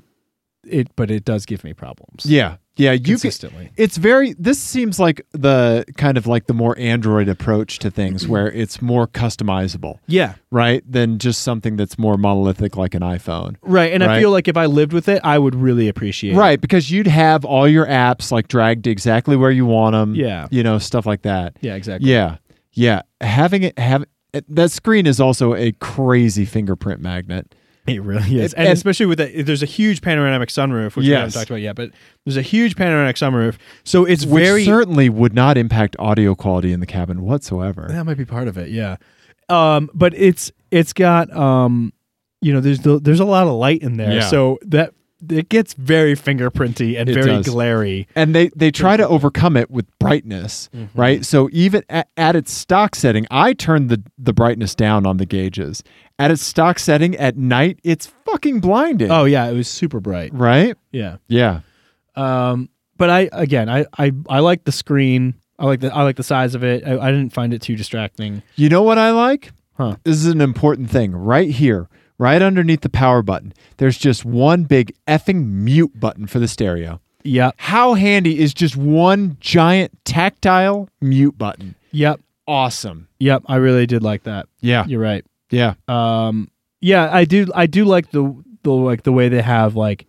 Speaker 3: it, but it does give me problems.
Speaker 1: Yeah. Yeah. You can,
Speaker 3: consistently.
Speaker 1: it's very this seems like the kind of like the more Android approach to things where it's more customizable,
Speaker 3: yeah,
Speaker 1: right? Than just something that's more monolithic like an iPhone.
Speaker 3: right. And I
Speaker 1: Right.
Speaker 3: feel like if I lived with it, I would really appreciate.
Speaker 1: Right, because you'd have all your apps like dragged exactly where you want them.
Speaker 3: Yeah.
Speaker 1: You know, stuff like that.
Speaker 3: it. Yeah, exactly.
Speaker 1: Yeah. Yeah. Having it have that screen is also a crazy fingerprint magnet.
Speaker 3: It really is,
Speaker 1: It-
Speaker 3: and,
Speaker 1: and-
Speaker 3: especially with that, there's a huge panoramic sunroof, which we haven't
Speaker 1: Yes.
Speaker 3: talked about yet. But there's a huge panoramic sunroof, so it's
Speaker 1: Which
Speaker 3: very
Speaker 1: certainly would not impact audio quality in the cabin whatsoever.
Speaker 3: that might be part of it. Yeah, um, but it's it's got um, you know, there's the, there's a lot of light in there,
Speaker 1: Yeah.
Speaker 3: so that it gets very fingerprinty and
Speaker 1: It
Speaker 3: very
Speaker 1: does.
Speaker 3: glary.
Speaker 1: And they, they try to overcome it with brightness,
Speaker 3: Mm-hmm.
Speaker 1: right? So even at, at its stock setting, I turned the, the brightness down on the gauges. At its stock setting at night, it's fucking blinding.
Speaker 3: Oh yeah, it was super bright.
Speaker 1: Right?
Speaker 3: Yeah.
Speaker 1: Yeah.
Speaker 3: Um, but I again, I I I like the screen. I like the I like the size of it. I, I didn't find it too distracting.
Speaker 1: You know what I like?
Speaker 3: Huh.
Speaker 1: This is an important thing right here, right underneath the power button. There's just one big effing mute button for the stereo.
Speaker 3: Yep.
Speaker 1: How handy is just one giant tactile mute button?
Speaker 3: Yep.
Speaker 1: Awesome.
Speaker 3: Yep. I really did like that.
Speaker 1: Yeah.
Speaker 3: You're right.
Speaker 1: Yeah.
Speaker 3: Um, yeah, I do I do like the the like the way they have like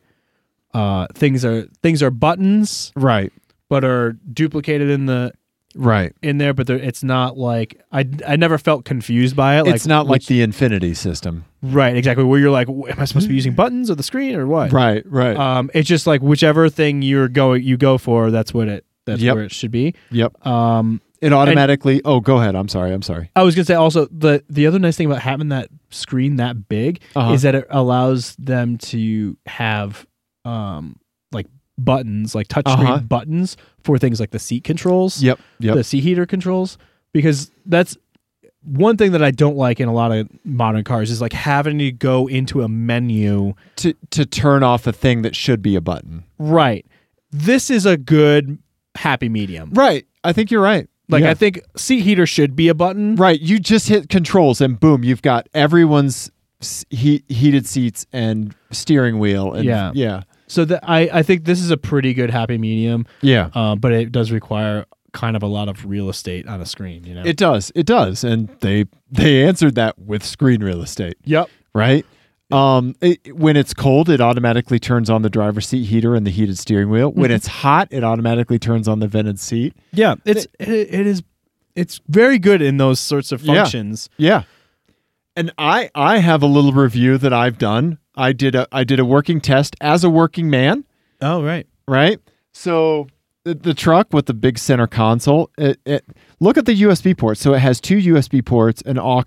Speaker 3: uh things are things are buttons
Speaker 1: Right.
Speaker 3: but are duplicated in the
Speaker 1: Right.
Speaker 3: in there but they're- it's not like I I never felt confused by it like
Speaker 1: it's not like
Speaker 3: which-
Speaker 1: the infinity system.
Speaker 3: right exactly where you're like "W- am I supposed to be using buttons or the screen or what
Speaker 1: Right. Right.
Speaker 3: Um, it's just like whichever thing you're going, you go for. That's what it. That's
Speaker 1: Yep.
Speaker 3: where it should be.
Speaker 1: yep.
Speaker 3: Um,
Speaker 1: It automatically. oh, go ahead. I'm sorry. I'm sorry.
Speaker 3: I was gonna say also the the other nice thing about having that screen that big
Speaker 1: Uh-huh.
Speaker 3: is that it allows them to have um like buttons, like touchscreen
Speaker 1: Uh-huh.
Speaker 3: buttons for things like the seat controls,
Speaker 1: Yep. Yep.
Speaker 3: the seat heater controls, because that's one thing that I don't like in a lot of modern cars is like having to go into a menu.
Speaker 1: to to turn off a thing that should be a button.
Speaker 3: Right. This is a good happy medium.
Speaker 1: Right. I think you're right.
Speaker 3: Like
Speaker 1: Yeah.
Speaker 3: I think seat heater should be a button.
Speaker 1: Right, you just hit controls and boom, you've got everyone's s- he- heated seats and steering wheel and
Speaker 3: Yeah.
Speaker 1: yeah.
Speaker 3: So that I I think this is a pretty good happy medium,
Speaker 1: Yeah.
Speaker 3: uh, but it does require kind of a lot of real estate on a screen. You know.
Speaker 1: It does. It does. And they they answered that with screen real estate,
Speaker 3: yep.
Speaker 1: right? Um it, when it's cold, it automatically turns on the driver's seat heater and the heated steering wheel. When
Speaker 3: Mm-hmm.
Speaker 1: it's hot, it automatically turns on the vented seat.
Speaker 3: Yeah. It's it, it is it's very good in those sorts of
Speaker 1: Yeah.
Speaker 3: functions.
Speaker 1: Yeah. And I I have a little review that I've done. I did a I did a working test as a working man.
Speaker 3: Oh right.
Speaker 1: right? So the, the truck with the big center console, it, it look at the USB port. So it has two USB ports, an aux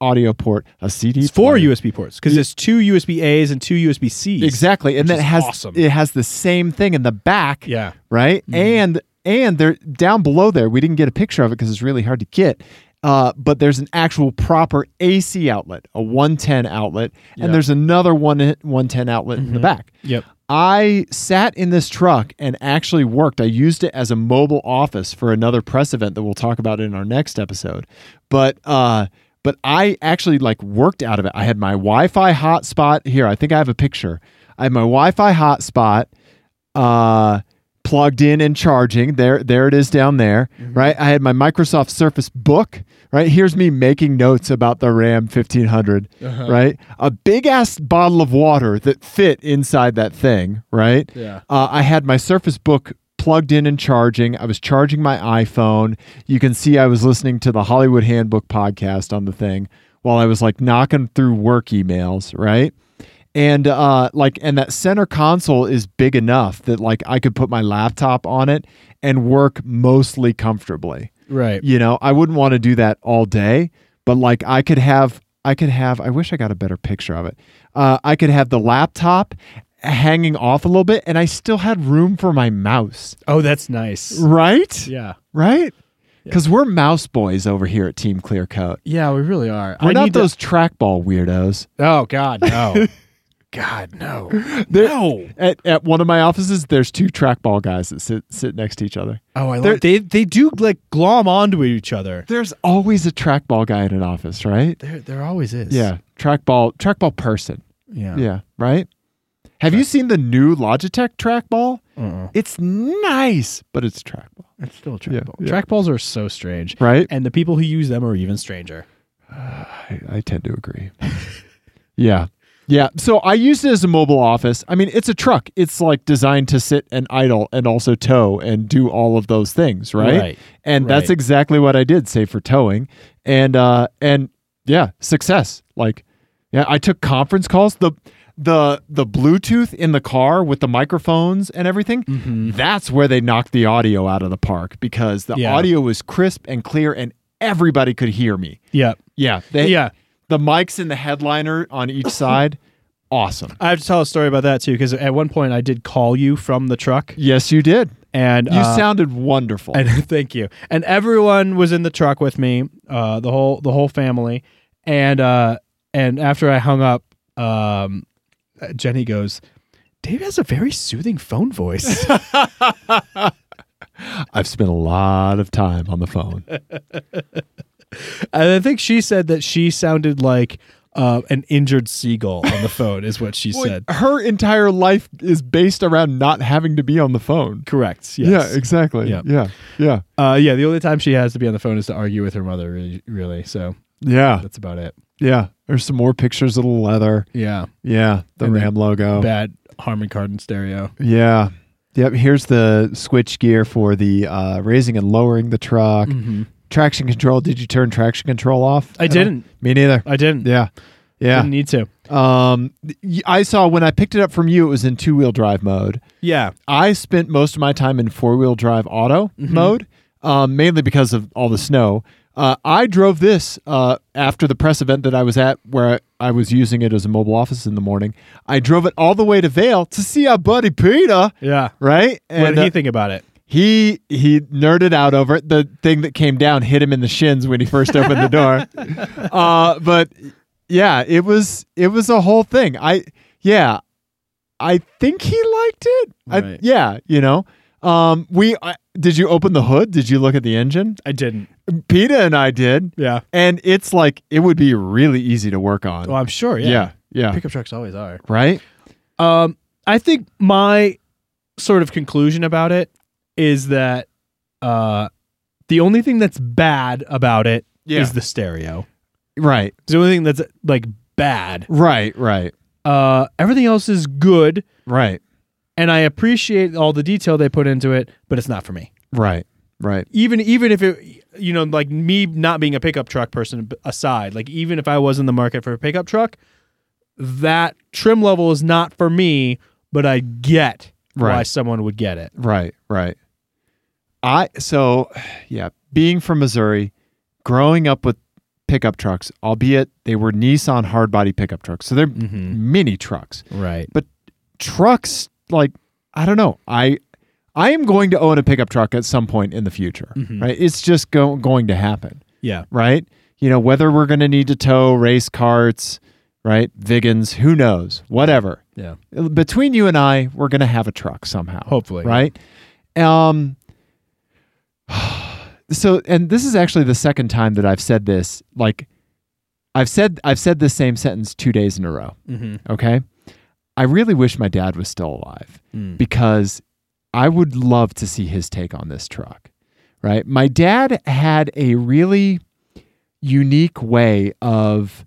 Speaker 1: audio port, a CD.
Speaker 3: It's four
Speaker 1: player.
Speaker 3: USB ports because it's two USB A's and two USB C's.
Speaker 1: exactly, and
Speaker 3: which
Speaker 1: then it
Speaker 3: is
Speaker 1: has
Speaker 3: awesome.
Speaker 1: it has the same thing in the back,
Speaker 3: Yeah.
Speaker 1: right? And and there down below there, we didn't get a picture of it because it's really hard to get. Uh, but there's an actual proper AC outlet, a 110 outlet, and there's another one 110 outlet in the back.
Speaker 3: Yep.
Speaker 1: I sat in this truck and actually worked. I used it as a mobile office for another press event that we'll talk about in our next episode. But uh but I actually like worked out of it. I had my Wi-Fi hotspot here. I think I have a picture. I had my Wi-Fi hotspot uh plugged in and charging. There there it is down there, right? I had my Microsoft Surface Book, right? Here's me making notes about the RAM 1500, right? A big ass bottle of water that fit inside that thing, right?
Speaker 3: Yeah.
Speaker 1: Uh, I had my Surface Book plugged in and charging. I was charging my iPhone. You can see I was listening to the Hollywood Handbook podcast on the thing while I was like knocking through work emails, right? And uh like and that center console is big enough that like I could put my laptop on it and work mostly comfortably.
Speaker 3: Right.
Speaker 1: You know, I wouldn't want to do that all day, but like I could have, I could have, I wish I got a better picture of it. Uh, I could have the laptop hanging off a little bit and I still had room for my mouse.
Speaker 3: Oh, that's nice.
Speaker 1: Right?
Speaker 3: Yeah.
Speaker 1: Right? Because we're mouse boys over here at Team Clearcoat.
Speaker 3: Yeah, we really are.
Speaker 1: We're
Speaker 3: I
Speaker 1: not
Speaker 3: need to-
Speaker 1: those trackball weirdos.
Speaker 3: oh God, no. God no.
Speaker 1: There-
Speaker 3: No.
Speaker 1: At, at one of my offices, there's two trackball guys that sit sit next to each other.
Speaker 3: Oh, I like they they do like glom onto each other.
Speaker 1: There's always a trackball guy in an office, right?
Speaker 3: There there always is.
Speaker 1: Yeah, trackball trackball person.
Speaker 3: Yeah.
Speaker 1: Yeah, right. Have you seen the new Logitech trackball?
Speaker 3: Uh-uh.
Speaker 1: It's nice, but it's trackball,
Speaker 3: It's still
Speaker 1: Yeah,
Speaker 3: trackball.
Speaker 1: yeah.
Speaker 3: Trackballs are so strange.
Speaker 1: right?
Speaker 3: And the people who use them are even stranger.
Speaker 1: I, I tend to agree. yeah. Yeah. So I used it as a mobile office. I mean, it's a truck. It's like designed to sit and idle and also tow and do all of those things, right?
Speaker 3: Right.
Speaker 1: And that's
Speaker 3: Right.
Speaker 1: exactly what I did, say for towing. And uh and yeah, success. Like yeah, I took conference calls. The the the Bluetooth in the car with the microphones and everything,
Speaker 3: Mm-hmm.
Speaker 1: that's where they knocked the audio out of the park because the
Speaker 3: Yeah.
Speaker 1: audio was crisp and clear and everybody could hear me.
Speaker 3: Yeah.
Speaker 1: Yeah. They,
Speaker 3: Yeah.
Speaker 1: The mics and the headliner on each side. awesome.
Speaker 3: I have to tell a story about that too, because at one point I did call you from the truck,
Speaker 1: Yes, you did.
Speaker 3: and
Speaker 1: You
Speaker 3: uh,
Speaker 1: sounded wonderful.
Speaker 3: And thank you. And everyone was in the truck with me, uh, the whole the whole family. And uh, and after I hung up, um, uh, Jenny goes, "Dave has a very soothing phone voice."
Speaker 1: I've spent a lot of time on the phone.
Speaker 3: and I think she said that she sounded like uh, an injured seagull on the phone, is what she said.
Speaker 1: Her entire life is based around not having to be on the phone.
Speaker 3: Correct. Yes.
Speaker 1: Yeah, exactly.
Speaker 3: Yeah.
Speaker 1: Yeah. Yeah.
Speaker 3: Uh, yeah. The only time she has to be on the phone is to argue with her mother, really. really so
Speaker 1: Yeah.
Speaker 3: that's about it.
Speaker 1: Yeah. There's some more pictures of the leather.
Speaker 3: Yeah.
Speaker 1: Yeah. The
Speaker 3: And the
Speaker 1: Ram logo.
Speaker 3: Bad Harman Kardon stereo.
Speaker 1: Yeah. Yep. Here's the switch gear for the uh, raising and lowering the truck. Traction control. Did you turn traction control off?
Speaker 3: Mm-hmm. I
Speaker 1: at all?
Speaker 3: didn't.
Speaker 1: Me neither.
Speaker 3: I didn't.
Speaker 1: Yeah.
Speaker 3: Didn't
Speaker 1: Yeah.
Speaker 3: need to.
Speaker 1: Um, y- I saw when I picked it up from you, it was in two wheel drive mode.
Speaker 3: Yeah.
Speaker 1: I spent most of my time in four wheel drive auto mode, um, mainly because of all the snow. Uh, I drove this uh, after the press event that I was at, where I was using it as a mobile office in the morning. I drove it all the way to Vale to see our buddy Peter,
Speaker 3: Yeah.
Speaker 1: right?
Speaker 3: what did
Speaker 1: uh,
Speaker 3: he think about it?
Speaker 1: he he nerded out over it. The thing that came down hit him in the shins when he first opened the door. Uh, but yeah, it was it was a whole thing. I yeah, I think he liked it. I,
Speaker 3: Right.
Speaker 1: yeah, you know. Um, we I, did you open the hood? Did you look at the engine?
Speaker 3: I didn't.
Speaker 1: Peta and I did,
Speaker 3: Yeah.
Speaker 1: and it's like it would be really easy to work on.
Speaker 3: Well, I'm sure. Yeah.
Speaker 1: yeah, yeah,
Speaker 3: Pickup trucks always are.
Speaker 1: right.
Speaker 3: Um, I think my sort of conclusion about it is that uh, the only thing that's bad about it is
Speaker 1: Yeah.
Speaker 3: the stereo.
Speaker 1: Right,
Speaker 3: It's the only thing that's like bad.
Speaker 1: right, right,
Speaker 3: Uh, everything else is good,
Speaker 1: right,
Speaker 3: and I appreciate all the detail they put into it, but it's not for me.
Speaker 1: right, right.
Speaker 3: even even if it you know like me not being a pickup truck person b- aside like even if i was in the market for a pickup truck that trim level is not for me but i get why
Speaker 1: Right.
Speaker 3: someone would get it
Speaker 1: Right, right. I so yeah, being from Missouri, growing up with pickup trucks, albeit they were Nissan hard body pickup trucks. So they're mini trucks.
Speaker 3: right
Speaker 1: Trucks like I don't know. I I am going to own a pickup truck at some point in the future. Right? It's just go, going to happen,
Speaker 3: yeah
Speaker 1: right? You know, whether we're going to need to tow race carts, right? Viggins, who knows? Whatever
Speaker 3: yeah
Speaker 1: between you and I, we're gonna have a truck somehow.
Speaker 3: Hopefully.
Speaker 1: right? Um. So, and this is actually the second time that I've said this. Like, I've said I've said this same sentence two days in a row.
Speaker 3: mm-hmm.
Speaker 1: Okay, I really wish my dad was still alive
Speaker 3: Mm.
Speaker 1: because I would love to see his take on this truck. Right, my dad had a really unique way of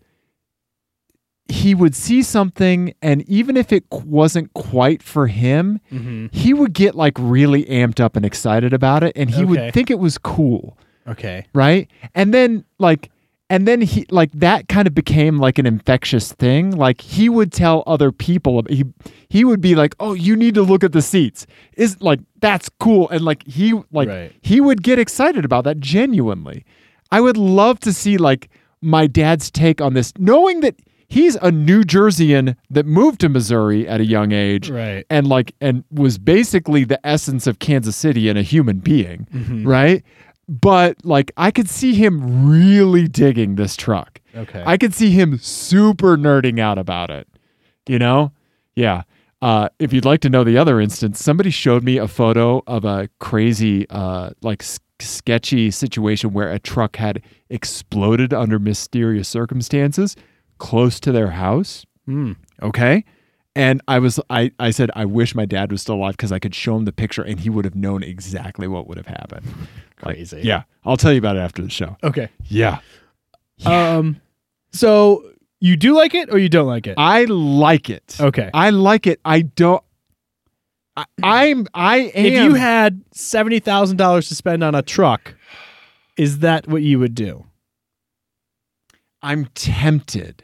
Speaker 1: he would see something and even if it qu- wasn't quite for him
Speaker 3: Mm-hmm.
Speaker 1: he would get like really amped up and excited about it and he
Speaker 3: Okay.
Speaker 1: would think it was cool
Speaker 3: okay
Speaker 1: right and then like and then he like that kind of became like an infectious thing like he would tell other people he he would be like oh you need to look at the seats is like that's cool and like he like
Speaker 3: Right.
Speaker 1: he would get excited about that genuinely i would love to see like my dad's take on this knowing that he's a new jerseyan that moved to missouri at a young age
Speaker 3: right
Speaker 1: and like and was basically the essence of Kansas City in a human being, right? but like I could see him really digging this truck.
Speaker 3: Okay.
Speaker 1: I could see him super nerding out about it. You know? Yeah. Uh, if you'd like to know the other instance, somebody showed me a photo of a crazy, uh, like s- sketchy situation where a truck had exploded under mysterious circumstances close to their house. Okay. And I was, I, I said, I wish my dad was still alive because I could show him the picture and he would have known exactly what would have happened. Like,
Speaker 3: Crazy.
Speaker 1: yeah. I'll tell you about it after the show.
Speaker 3: Okay.
Speaker 1: Yeah.
Speaker 3: Um. So you do like it or you don't like it?
Speaker 1: I like it.
Speaker 3: okay.
Speaker 1: I like it. I don't. I, I'm. I am.
Speaker 3: if you had seventy thousand dollars to spend on a truck, is that what you would do?
Speaker 1: I'm tempted.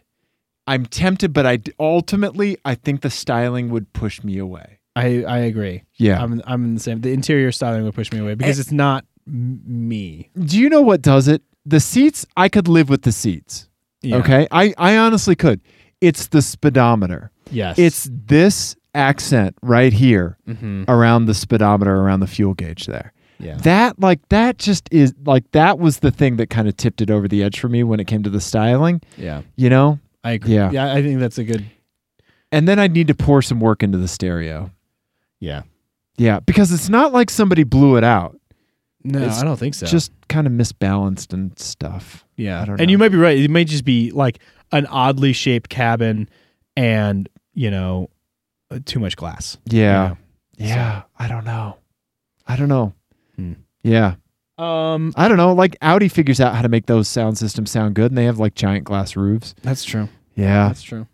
Speaker 1: I'm tempted, but I d- ultimately I think the styling would push me away. Um,
Speaker 3: I I agree.
Speaker 1: Yeah.
Speaker 3: I'm I'm in the same. The interior styling would push me away because it's not m- me.
Speaker 1: Do you know what does it? The seats. I could live with the seats.
Speaker 3: Yeah.
Speaker 1: Okay. I I honestly could. It's the speedometer.
Speaker 3: Yes.
Speaker 1: It's this accent right here
Speaker 3: Mhm.
Speaker 1: around the speedometer around the fuel gauge there.
Speaker 3: yeah.
Speaker 1: that like that just is like that was the thing that kind of tipped it over the edge for me when it came to the styling
Speaker 3: Yeah.
Speaker 1: you know
Speaker 3: I agree.
Speaker 1: Yeah.
Speaker 3: Yeah. I think that's a good.
Speaker 1: and then i need to pour some work into the stereo
Speaker 3: Yeah.
Speaker 1: yeah because it's not like somebody blew it out
Speaker 3: No,
Speaker 1: It's
Speaker 3: I don't think so.
Speaker 1: just kind of misbalanced and stuff
Speaker 3: yeah.
Speaker 1: I don't
Speaker 3: and
Speaker 1: know.
Speaker 3: you might be right. It may just be like an oddly shaped cabin, and you know, uh, too much glass.
Speaker 1: yeah yeah, i don't know i don't know
Speaker 3: Hmm.
Speaker 1: yeah
Speaker 3: Um.
Speaker 1: i don't know like audi figures out how to make those sound systems sound good and they have like giant glass roofs
Speaker 3: That's true.
Speaker 1: yeah
Speaker 3: That's true.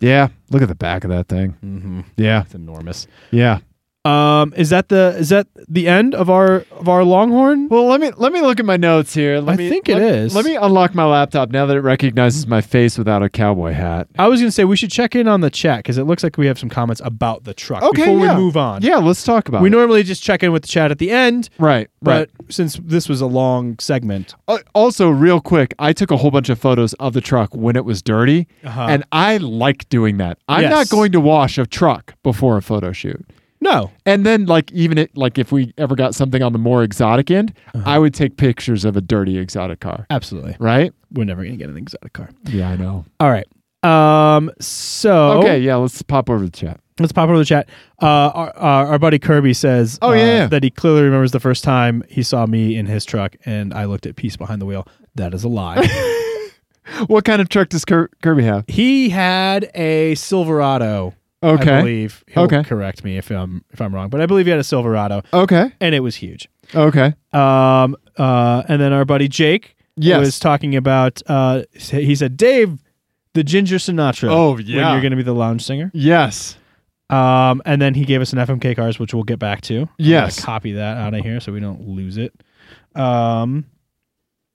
Speaker 1: yeah look at the back of that thing
Speaker 3: Mm-hmm.
Speaker 1: yeah
Speaker 3: It's enormous.
Speaker 1: yeah
Speaker 3: Um, is that the is that the end of our of our Longhorn?
Speaker 1: Well, let me let me look at my notes here. Let
Speaker 3: I
Speaker 1: me,
Speaker 3: think
Speaker 1: it
Speaker 3: it
Speaker 1: is.
Speaker 3: is.
Speaker 1: Let me unlock my laptop now that it recognizes my face without a cowboy hat.
Speaker 3: I was gonna say we should check in on the chat because it looks like we have some comments about the truck
Speaker 1: Okay,
Speaker 3: before
Speaker 1: yeah.
Speaker 3: we move on.
Speaker 1: Yeah, let's talk about
Speaker 3: we
Speaker 1: it.
Speaker 3: normally just check in with the chat at the end,
Speaker 1: right, right.
Speaker 3: but since this was a long segment,
Speaker 1: Uh, also, real quick, I took a whole bunch of photos of the truck when it was dirty,
Speaker 3: Uh-huh.
Speaker 1: and I like doing that. I'm not
Speaker 3: Yes.
Speaker 1: going to wash a truck before a photo shoot.
Speaker 3: no,
Speaker 1: And then, like, even it, like if we ever got something on the more exotic end, I would take pictures of a dirty exotic car.
Speaker 3: absolutely,
Speaker 1: Right?
Speaker 3: we're never gonna get an exotic car.
Speaker 1: Yeah, I know. Oh.
Speaker 3: All right. Um. So
Speaker 1: Okay, yeah, let's pop over to the chat.
Speaker 3: Let's pop over the chat. Uh, our, our, our buddy Kirby says
Speaker 1: Oh,
Speaker 3: uh,
Speaker 1: yeah, yeah.
Speaker 3: that he clearly remembers the first time he saw me in his truck and I looked at Peace Behind the Wheel. That is a lie.
Speaker 1: What kind of truck does Kir- Kirby have?
Speaker 3: he had a Silverado. I
Speaker 1: Okay.
Speaker 3: believe. He'll
Speaker 1: Okay. Oh.
Speaker 3: correct me if I'm, if I'm wrong, but I believe he had a Silverado
Speaker 1: Okay.
Speaker 3: and it was huge.
Speaker 1: Okay.
Speaker 3: Um, uh, and then our buddy Jake
Speaker 1: Yes.
Speaker 3: was talking about, uh, he said, Dave, the Ginger Sinatra.
Speaker 1: Oh,
Speaker 3: When
Speaker 1: yeah.
Speaker 3: you're going to be the lounge singer.
Speaker 1: Yes.
Speaker 3: Um, and then he gave us an FMK cars, which we'll get back to. I'm
Speaker 1: Yes.
Speaker 3: gonna copy that out of here so we don't lose it. Um,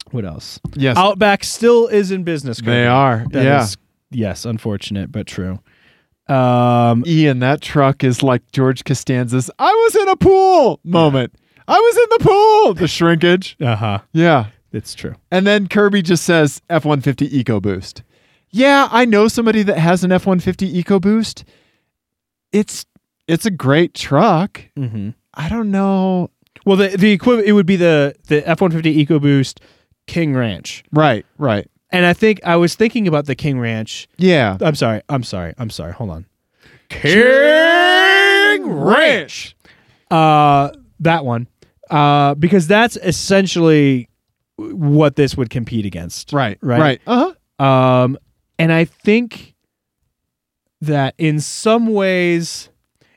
Speaker 3: what else?
Speaker 1: Yes.
Speaker 3: Outback still is in business.
Speaker 1: they are.
Speaker 3: That
Speaker 1: yeah.
Speaker 3: is- yes, unfortunate but true. Um,
Speaker 1: Ian, that truck is like George Costanza's I was in a pool moment. I was in the pool. The shrinkage.
Speaker 3: uh huh.
Speaker 1: Yeah.
Speaker 3: It's true.
Speaker 1: And then Kirby just says F 150 EcoBoost. Yeah, I know somebody that has an F 150 EcoBoost. It's it's a great truck.
Speaker 3: Mm-hmm.
Speaker 1: I don't know.
Speaker 3: Well, the the equivalent it would be the the F one fifty EcoBoost King Ranch,
Speaker 1: Right, right.
Speaker 3: and I think I was thinking about the King Ranch.
Speaker 1: Yeah.
Speaker 3: I'm sorry. I'm sorry. I'm sorry. Hold on. King
Speaker 1: Ranch.
Speaker 3: Uh, that one. Uh, because that's essentially what this would compete against.
Speaker 1: Right, right.
Speaker 3: Right.
Speaker 1: Right. Uh-huh.
Speaker 3: Um, and I think that in some ways,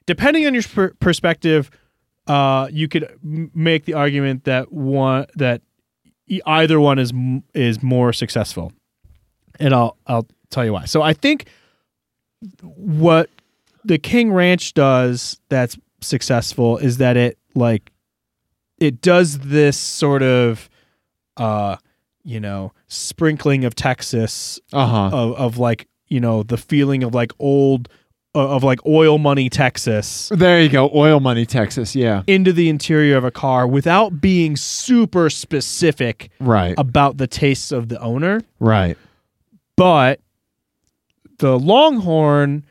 Speaker 3: depending on your per- perspective, uh, you could m- make the argument that one that e- either one is m- is more successful, and I'll I'll tell you why. So I think what the King Ranch does that's successful is that it like it does this sort of uh you know sprinkling of Texas
Speaker 1: Uh-huh.
Speaker 3: of of like you know the feeling of like old of like oil money Texas
Speaker 1: there you go. Oil money, Texas. Yeah.
Speaker 3: into the interior of a car without being super specific
Speaker 1: Right.
Speaker 3: about the tastes of the owner
Speaker 1: right.
Speaker 3: but the longhorn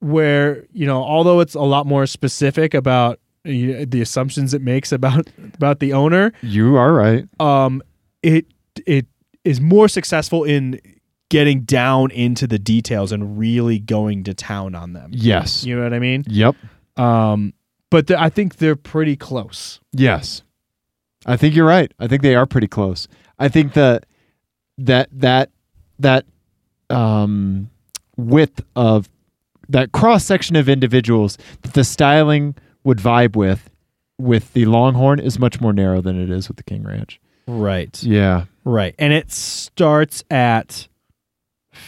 Speaker 3: where you know although it's a lot more specific about you- the assumptions it makes about about the owner,
Speaker 1: You are right.
Speaker 3: um, it it is more successful in getting down into the details and really going to town on them.
Speaker 1: Yes.
Speaker 3: You know what I mean?
Speaker 1: Yep.
Speaker 3: Um, but th- I think they're pretty close.
Speaker 1: Yes. I think you're right. I think they are pretty close. I think that that that that um width of that cross section of individuals that the styling would vibe with with the longhorn is much more narrow than it is with the king ranch.
Speaker 3: Right.
Speaker 1: Yeah.
Speaker 3: Right. And it starts at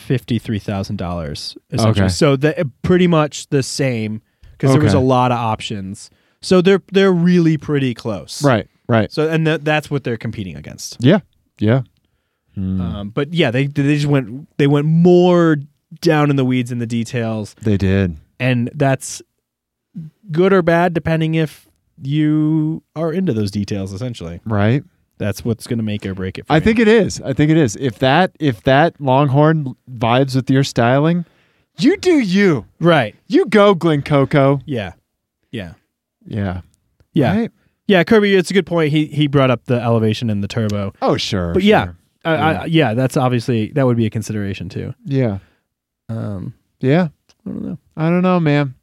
Speaker 3: $53,000 essentially.
Speaker 1: Okay.
Speaker 3: So the, eh, pretty much the same because there was a
Speaker 1: Okay.
Speaker 3: lot of options. So they're they're really pretty close.
Speaker 1: Right. Right.
Speaker 3: So and that that's what they're competing against.
Speaker 1: Yeah. Yeah. Hmm. Uh,
Speaker 3: Um, but yeah, they they just went they went more down in the weeds in the details
Speaker 1: They did.
Speaker 3: and that's good or bad depending if you are into those details essentially.
Speaker 1: Right.
Speaker 3: That's what's going to make or break it for
Speaker 1: I
Speaker 3: you.
Speaker 1: think it is. I think it is. If that if that longhorn vibes with your styling, you do you.
Speaker 3: Right.
Speaker 1: You go, Glen Coco.
Speaker 3: Yeah. Yeah.
Speaker 1: Yeah.
Speaker 3: Yeah.
Speaker 1: Right?
Speaker 3: Yeah, Kirby, it's a good point. He he brought up the elevation and the turbo.
Speaker 1: Oh, sure.
Speaker 3: But yeah,
Speaker 1: sure.
Speaker 3: I, I, yeah, that's obviously that would be a consideration too.
Speaker 1: Yeah.
Speaker 3: Um,
Speaker 1: Yeah.
Speaker 3: I don't know.
Speaker 1: I don't know, man.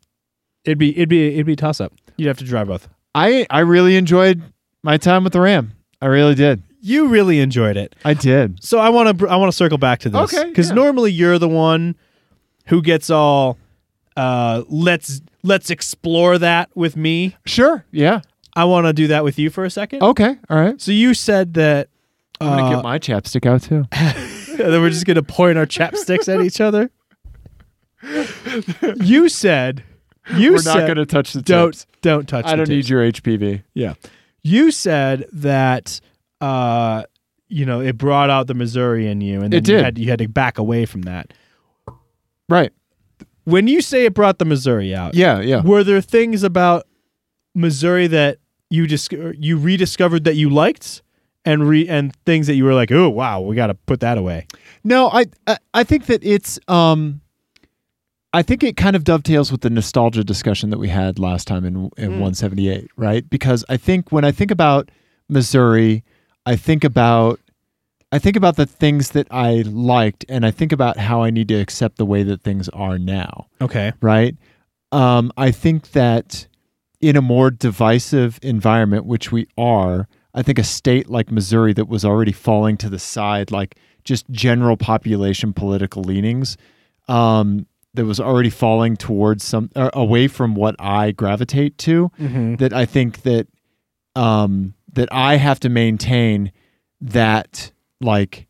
Speaker 3: It'd be it'd be it'd be a toss up. You'd have to drive both.
Speaker 1: I I really enjoyed my time with the Ram. I really did.
Speaker 3: You really enjoyed it.
Speaker 1: I did.
Speaker 3: So I want to I want to circle back to this
Speaker 1: Okay,
Speaker 3: cuz
Speaker 1: yeah.
Speaker 3: normally you're the one who gets all uh let's let's explore that with me.
Speaker 1: Sure. Yeah.
Speaker 3: I want to do that with you for a second.
Speaker 1: Okay. All right.
Speaker 3: So you said that
Speaker 1: I'm gonna
Speaker 3: uh,
Speaker 1: get my chapstick out too.
Speaker 3: that we're just gonna point our chapsticks at each other. You said, you
Speaker 1: We're
Speaker 3: said,
Speaker 1: not gonna touch the
Speaker 3: don't
Speaker 1: tips.
Speaker 3: don't touch.
Speaker 1: I don't need your HPV.
Speaker 3: Yeah, you said that. Uh, you know, it brought out the Missouri in you, and then
Speaker 1: It
Speaker 3: You,
Speaker 1: did.
Speaker 3: had, you had to back away from that.
Speaker 1: Right.
Speaker 3: When you say it brought the Missouri out,
Speaker 1: Yeah. Yeah.
Speaker 3: were there things about Missouri that you just you rediscovered that you liked, and re and things that you were like, oh wow, we got to put that away.
Speaker 1: No, I, I I think that it's um I think it kind of dovetails with the nostalgia discussion that we had last time in in 178, right? Because I think when I think about Missouri, I think about I think about the things that I liked and I think about how I need to accept the way that things are now
Speaker 3: Okay.
Speaker 1: right? Um, I think that in a more divisive environment, which we are, I think a state like Missouri that was already falling to the side, like just general population political leanings, um, that was already falling towards some uh, away from what I gravitate to. That I think that um, that I have to maintain that like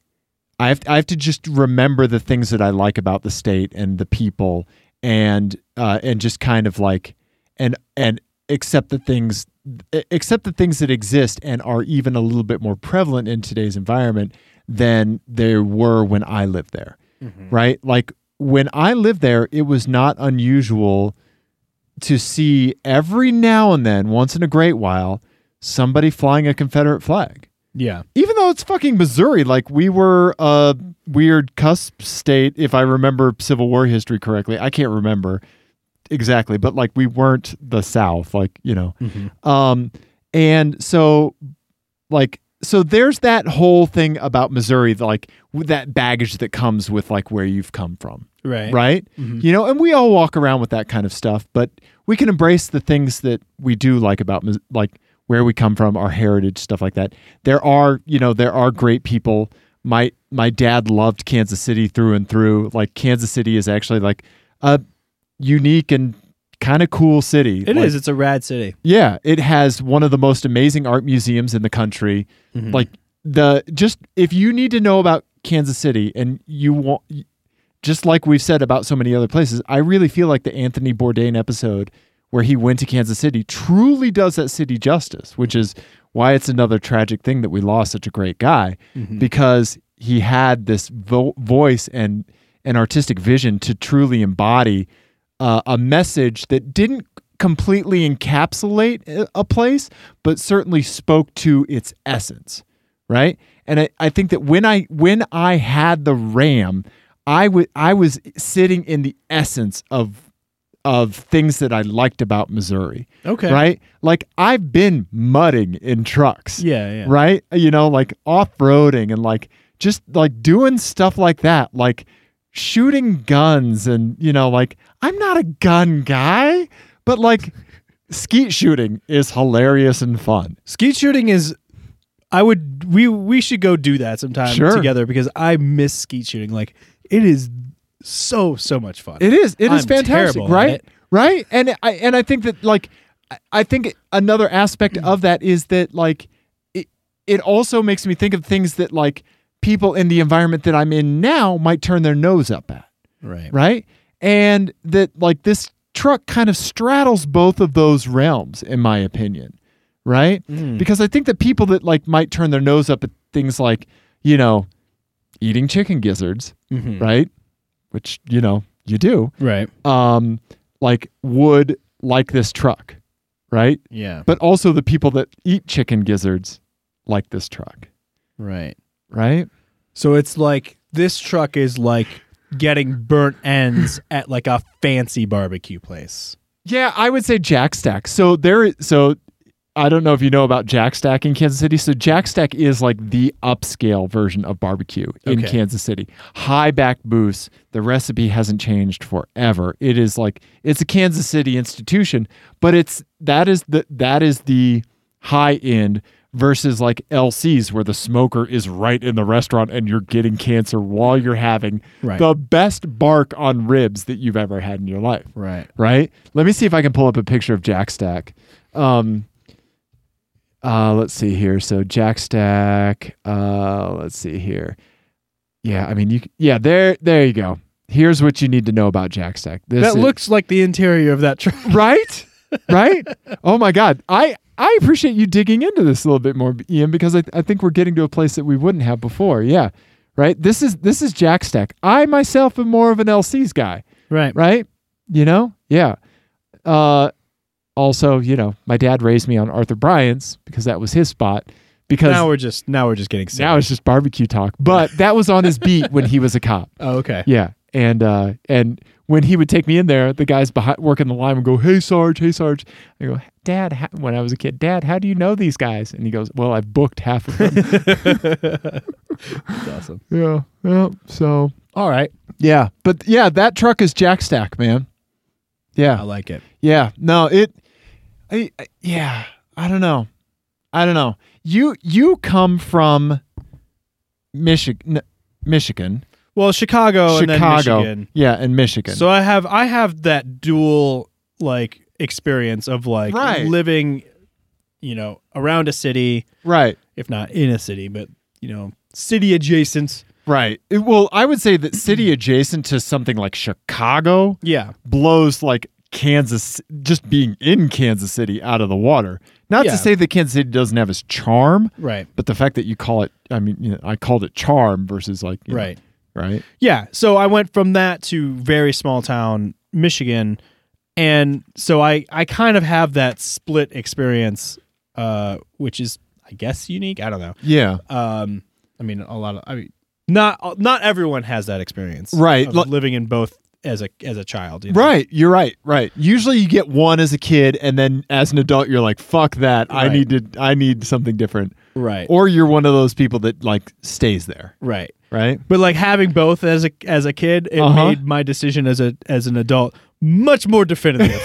Speaker 1: I have I have to just remember the things that I like about the state and the people and uh, and just kind of like and and accept the things accept the things that exist and are even a little bit more prevalent in today's environment than they were when I lived there. Right? Like when I lived there, it was not unusual to see every now and then, once in a great while, somebody flying a Confederate flag
Speaker 3: Yeah.
Speaker 1: even though it's fucking Missouri, like we were a weird cusp state, if I remember Civil War history correctly. I can't remember exactly, but like we weren't the South, like, you know. Um, and so, like, so there's that whole thing about Missouri, like with that baggage that comes with like where you've come from
Speaker 3: Right. Mm-hmm.
Speaker 1: right? You know, and we all walk around with that kind of stuff, but we can embrace the things that we do like about Mis- like where we come from, our heritage, stuff like that. There are, you know, there are great people. My my dad loved Kansas City through and through. Like Kansas City is actually like a unique and kind of cool city.
Speaker 3: It is.
Speaker 1: Like,
Speaker 3: It's a rad city.
Speaker 1: yeah, it has one of the most amazing art museums in the country.
Speaker 3: Mm-hmm.
Speaker 1: Like the just if you need to know about Kansas City and you want just like we've said about so many other places, I really feel like the Anthony Bourdain episode where he went to Kansas City truly does that city justice, which is why it's another tragic thing that we lost such a great guy because he had this vo- voice and an artistic vision to truly embody uh, a message that didn't completely encapsulate a- a place, but certainly spoke to its essence right? And I, I think that when I when I had the RAM, I would I was sitting in the essence of of things that I liked about Missouri.
Speaker 3: Okay.
Speaker 1: Right? Like I've been mudding in trucks.
Speaker 3: Yeah, yeah.
Speaker 1: Right? You know, like off-roading and like just like doing stuff like that, like shooting guns and you know, like I'm not a gun guy, but like skeet shooting is hilarious and fun.
Speaker 3: Skeet shooting is. I would we we should go do that sometime
Speaker 1: Sure.
Speaker 3: together because I miss skeet shooting. Like it is so so much fun.
Speaker 1: It is. It is
Speaker 3: I'm
Speaker 1: fantastic,
Speaker 3: terrible at
Speaker 1: right?
Speaker 3: it.
Speaker 1: Right? And I and I think that like I- I think another aspect
Speaker 3: Mm.
Speaker 1: of that is that like it it also makes me think of things that like people in the environment that I'm in now might turn their nose up at,
Speaker 3: right.
Speaker 1: right? And that like this truck kind of straddles both of those realms in my opinion, right?
Speaker 3: Mm.
Speaker 1: Because I think that people that like might turn their nose up at things like, you know, eating chicken gizzards,
Speaker 3: Mhm.
Speaker 1: right? Which, you know, you do
Speaker 3: Right.
Speaker 1: um, like would like this truck, right?
Speaker 3: Yeah.
Speaker 1: But also the people that eat chicken gizzards like this truck,
Speaker 3: Right.
Speaker 1: right?
Speaker 3: So it's like this truck is like getting burnt ends at like a fancy barbecue place.
Speaker 1: Yeah, I would say jack stack. So there, i- so I don't know if you know about jack stack in Kansas City. So jack stack is like the upscale version of barbecue in
Speaker 3: Okay.
Speaker 1: Kansas City. High back booths. The recipe hasn't changed forever. It is like it's a Kansas City institution, but it's that is the that is the high end versus like LCs where the smoker is right in the restaurant and you're getting cancer while you're having
Speaker 3: Right.
Speaker 1: the best bark on ribs that you've ever had in your life
Speaker 3: Right.
Speaker 1: right? Let me see if I can pull up a picture of Jack Stack. Um, uh, let's see here. So Jack Stack. Uh, let's see here. Yeah, I mean, you. Yeah, there, there you go. Here's what you need to know about Jack Stack. This is-
Speaker 3: That looks like the interior of that truck.
Speaker 1: right, right. oh my God, I I appreciate you digging into this a little bit more, Ian, because I I think we're getting to a place that we wouldn't have before. Yeah, right. This is this is Jack Stack. I myself am more of an LC's guy
Speaker 3: Right.
Speaker 1: right? You know, yeah. Uh, also, you know, my dad raised me on Arthur Bryant's because that was his spot. Because
Speaker 3: Now
Speaker 1: now,
Speaker 3: we're just now we're just getting sick.
Speaker 1: it's just barbecue talk, but that was on his beat when he was a cop.
Speaker 3: oh, okay.
Speaker 1: Yeah, and uh, and when he would take me in there, the guys behind working the line would go, "Hey Sarge, hey Sarge." I go, "Dad," how, when I was a kid, "Dad, how do you know these guys?" And he goes, "Well, I've booked half of them."
Speaker 3: That's awesome.
Speaker 1: yeah, yeah. So
Speaker 3: All right.
Speaker 1: yeah, but yeah, that truck is Jack Stack, man. Yeah,
Speaker 3: I like it.
Speaker 1: Yeah. No, it I, I yeah, I don't know. I don't know. You you come from Michigan Michigan.
Speaker 3: Well, Chicago, Oh, and
Speaker 1: Chicago.
Speaker 3: then Michigan.
Speaker 1: Yeah, and Michigan.
Speaker 3: So I have I have that dual like experience of like
Speaker 1: Right.
Speaker 3: living, you know, around a city,
Speaker 1: right.
Speaker 3: if not in a city, but you know, city adjacent.
Speaker 1: Right. It- well, I would say that city adjacent to something like Chicago
Speaker 3: Yeah.
Speaker 1: blows like Kansas just being in Kansas City out of the water. Not
Speaker 3: Yeah.
Speaker 1: to say that Kansas City doesn't have its charm,
Speaker 3: Right.
Speaker 1: but the fact that you call it I mean, you know, I called it charm versus like you know,
Speaker 3: Right.
Speaker 1: right?
Speaker 3: Yeah. So I went from that to very small town Michigan, and so I I kind of have that split experience, uh, which is I guess unique. I don't know.
Speaker 1: Yeah.
Speaker 3: Um, I mean a lot of I mean not not everyone has that experience,
Speaker 1: Right.
Speaker 3: Of
Speaker 1: Lo-
Speaker 3: living in both as a as a child, you know?
Speaker 1: Right, you're right, right. Usually you get one as a kid and then as an adult you're like fuck that. I
Speaker 3: Right.
Speaker 1: need to I need something different.
Speaker 3: Right.
Speaker 1: Or you're one of those people that like stays there,
Speaker 3: right.
Speaker 1: right?
Speaker 3: But like having both as a as a kid, it
Speaker 1: Uh-huh.
Speaker 3: made my decision as a as an adult much more definitive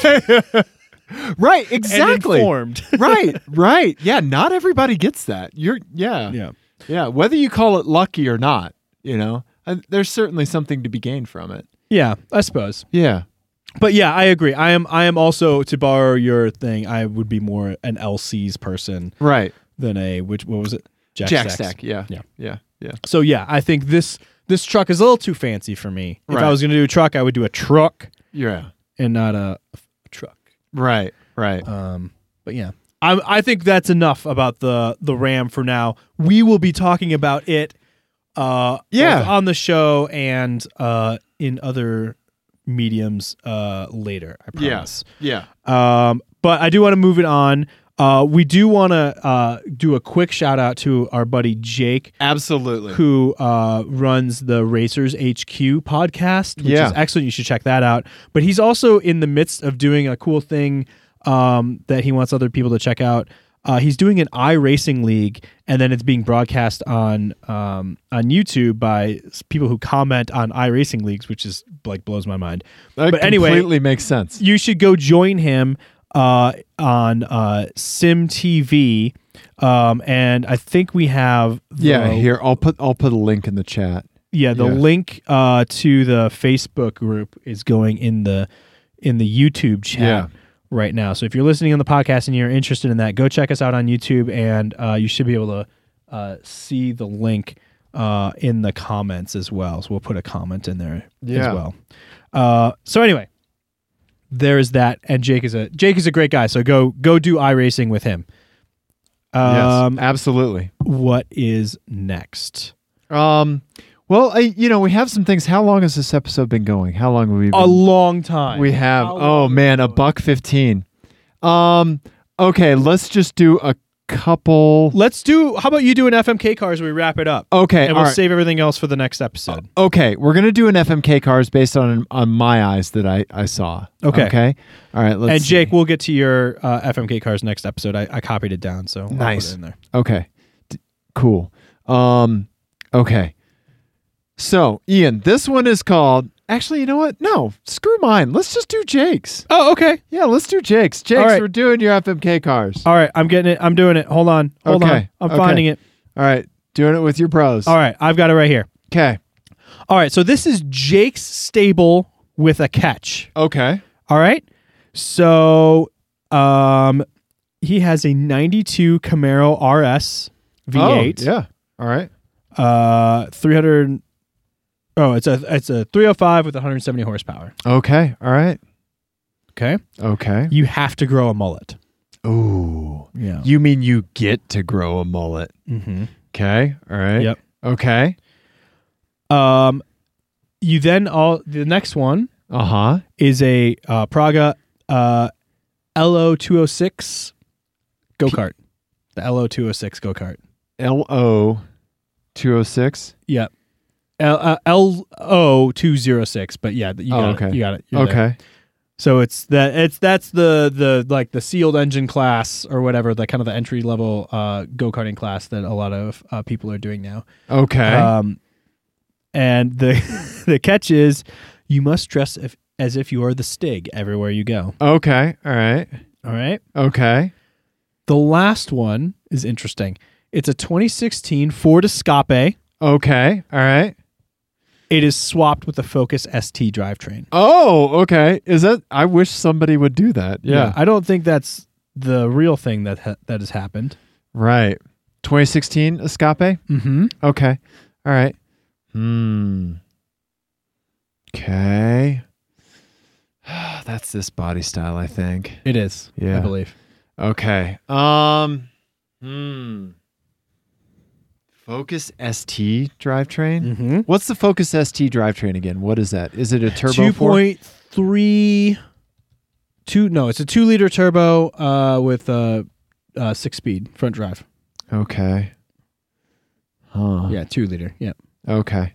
Speaker 1: Right,
Speaker 3: and
Speaker 1: exactly.
Speaker 3: informed.
Speaker 1: right, right. Yeah, not everybody gets that. You're yeah.
Speaker 3: yeah.
Speaker 1: Yeah, whether you call it lucky or not, you know. uh, There's certainly something to be gained from it.
Speaker 3: Yeah, I suppose.
Speaker 1: Yeah.
Speaker 3: But yeah, I agree. I am I am also to borrow your thing, I would be more an LC's person
Speaker 1: Right.
Speaker 3: than a which what was it?
Speaker 1: Jack
Speaker 3: Stacks.
Speaker 1: stack, yeah.
Speaker 3: Yeah.
Speaker 1: Yeah. Yeah.
Speaker 3: So yeah, I think this this truck is a little too fancy for me. If
Speaker 1: Right.
Speaker 3: I was going to do a truck, I would do a truck
Speaker 1: Yeah.
Speaker 3: and not a, a truck.
Speaker 1: Right, right.
Speaker 3: Um but yeah. I I think that's enough about the the Ram for now. We will be talking about it uh
Speaker 1: Yeah.
Speaker 3: both on the show and uh in other mediums uh later, I
Speaker 1: Yeah.
Speaker 3: promise.
Speaker 1: Yeah.
Speaker 3: Um, but I do want to move it on. Uh, we do want to uh, do a quick shout out to our buddy Jake,
Speaker 1: Absolutely.
Speaker 3: who uh, runs the Racers HQ podcast, which
Speaker 1: Yeah.
Speaker 3: is excellent. You should check that out. But he's also in the midst of doing a cool thing um, that he wants other people to check out. Uh, he's doing an iRacing league, and then it's being broadcast on um, on YouTube by s- people who comment on iRacing leagues, which is like blows my mind.
Speaker 1: That
Speaker 3: but anyway,
Speaker 1: completely makes sense.
Speaker 3: you should go join him uh, on uh, Sim TV. Um, and I think we have the,
Speaker 1: Yeah, here I'll put I'll put a link in the chat.
Speaker 3: yeah the
Speaker 1: yeah.
Speaker 3: link uh, to the Facebook group is going in the in the YouTube chat
Speaker 1: Yeah.
Speaker 3: right now. So if you're listening on the podcast and you're interested in that, go check us out on YouTube, and uh, you should be able to uh, see the link uh, in the comments as well. So we'll put a comment in there
Speaker 1: Yeah.
Speaker 3: as well. Uh, so anyway, there is that, and Jake is a Jake is a great guy. So go go do iRacing with him. Um,
Speaker 1: yes, absolutely.
Speaker 3: what is next?
Speaker 1: Um, well, I, you know, we have some things. How long has this episode been going? How long have we been?
Speaker 3: A long time.
Speaker 1: we have.
Speaker 3: How
Speaker 1: Oh
Speaker 3: long
Speaker 1: man, a
Speaker 3: have we been
Speaker 1: buck fifteen. Um, okay, let's just do a couple.
Speaker 3: Let's do. How about you do an FMK cars? We wrap it up,
Speaker 1: Okay, Oh,
Speaker 3: and we'll
Speaker 1: all right.
Speaker 3: save everything else for the next episode.
Speaker 1: Okay, we're gonna do an FMK cars based on on my eyes that I I saw.
Speaker 3: Okay.
Speaker 1: Okay. All right. Let's
Speaker 3: and
Speaker 1: see.
Speaker 3: Jake, we'll get to your uh, FMK cars next episode. I, I copied it down, so I'll put
Speaker 1: Nice.
Speaker 3: it in there.
Speaker 1: Okay. D- cool. Um okay. So, Ian, this one is called Actually, you know what? No, screw mine. Let's just do Jake's.
Speaker 3: Oh, okay.
Speaker 1: Yeah, let's do Jake's. Jake's,
Speaker 3: right.
Speaker 1: we're doing your FMK cars.
Speaker 3: All right, I'm getting it. I'm doing it. Hold on. Hold
Speaker 1: Okay,
Speaker 3: on. I'm
Speaker 1: okay.
Speaker 3: finding it.
Speaker 1: All right. Doing it with your bros.
Speaker 3: All right, I've got it right here.
Speaker 1: Okay.
Speaker 3: All right, so this is Jake's stable with a catch.
Speaker 1: Okay.
Speaker 3: All right. So, um, he has a '92 Camaro RS V8.
Speaker 1: Oh, yeah. All right.
Speaker 3: Uh, 300 oh it's a it's a 305 with 170 horsepower
Speaker 1: Okay. All right.
Speaker 3: okay
Speaker 1: Okay.
Speaker 3: you have to grow a mullet
Speaker 1: Ooh.
Speaker 3: yeah
Speaker 1: You mean you get to grow a mullet.
Speaker 3: mm-hmm.
Speaker 1: Okay. All right.
Speaker 3: Yep.
Speaker 1: Okay.
Speaker 3: um you then all the next one
Speaker 1: Uh-huh.
Speaker 3: is a uh praga uh lo206 go-kart the lo206 go-kart
Speaker 1: L O 206.
Speaker 3: yep L- uh, lo206 but yeah you
Speaker 1: Oh,
Speaker 3: got it
Speaker 1: okay.
Speaker 3: you got it You're there.
Speaker 1: Okay.
Speaker 3: So it's that it's that's the the like the sealed engine class or whatever the kind of the entry level uh, go karting class that a lot of uh, people are doing now.
Speaker 1: Okay.
Speaker 3: Um, and the the catch is you must dress if, as if you are the Stig everywhere you go.
Speaker 1: okay. All right.
Speaker 3: All right.
Speaker 1: Okay.
Speaker 3: The last one is interesting. It's a 2016 Ford Escape. It
Speaker 1: Okay. All right.
Speaker 3: is swapped with the Focus ST drivetrain.
Speaker 1: Oh, okay. Is that I wish somebody would do that. Yeah.
Speaker 3: I don't think that's the real thing that ha- that has happened.
Speaker 1: Right. 2016 Escape?
Speaker 3: Mm-hmm.
Speaker 1: Okay. All right. Hmm. Okay. That's this body style, I think.
Speaker 3: It is.
Speaker 1: Yeah.
Speaker 3: I believe.
Speaker 1: Okay. Um Hmm. Focus ST drivetrain?
Speaker 3: Mm-hmm.
Speaker 1: What's the Focus ST drivetrain again? What is that? Is it a turbo?
Speaker 3: Two
Speaker 1: four-
Speaker 3: point three, two. No, it's a two liter turbo uh, with uh, uh, six speed front drive.
Speaker 1: Okay. Huh.
Speaker 3: Yeah, two liter. Yeah.
Speaker 1: Okay.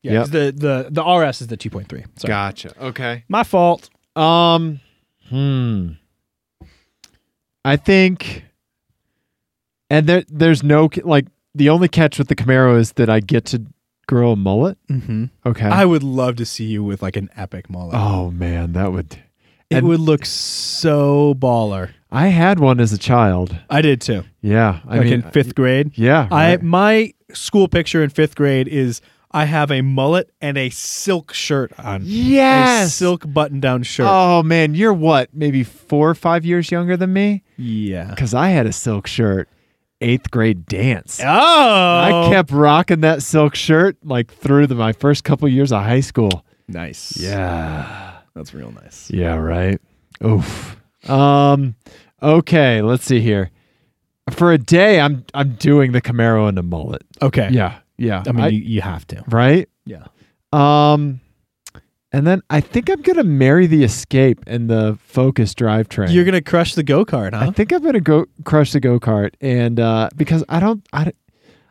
Speaker 3: Yeah. 'cause The the the RS is the two point three. Sorry.
Speaker 1: Gotcha. Okay.
Speaker 3: My fault.
Speaker 1: Um. Hmm. I think. And there, there's no c- like the only catch with the Camaro is that I get to grow a mullet.
Speaker 3: Mm-hmm.
Speaker 1: Okay.
Speaker 3: I would love to see you with like an epic mullet.
Speaker 1: oh man, that would.
Speaker 3: it
Speaker 1: and-
Speaker 3: would look so baller.
Speaker 1: I had one as a child.
Speaker 3: I did too.
Speaker 1: Yeah. I
Speaker 3: like
Speaker 1: mean.
Speaker 3: in fifth grade.
Speaker 1: yeah.
Speaker 3: I
Speaker 1: right.
Speaker 3: my school picture in fifth grade is I have a mullet and a silk shirt on. A
Speaker 1: Yes.
Speaker 3: silk button down shirt.
Speaker 1: Oh man, you're what? Maybe four or five years younger than me.
Speaker 3: Yeah.
Speaker 1: Because I had a silk shirt, eighth grade dance.
Speaker 3: Oh,
Speaker 1: I kept rocking that silk shirt like through the, my first couple years of high school.
Speaker 3: nice.
Speaker 1: Yeah.
Speaker 3: that's real nice.
Speaker 1: Yeah, right. Oof. Um okay, let's see here. For a day I'm I'm doing the Camaro and a mullet.
Speaker 3: Okay.
Speaker 1: Yeah. Yeah.
Speaker 3: I mean, you, you have to.
Speaker 1: right?
Speaker 3: Yeah.
Speaker 1: Um And then I think I'm gonna marry the Escape and the Focus drivetrain.
Speaker 3: You're gonna crush the go kart, huh?
Speaker 1: I think I'm gonna go crush the go kart, and uh, because I don't, I, don't-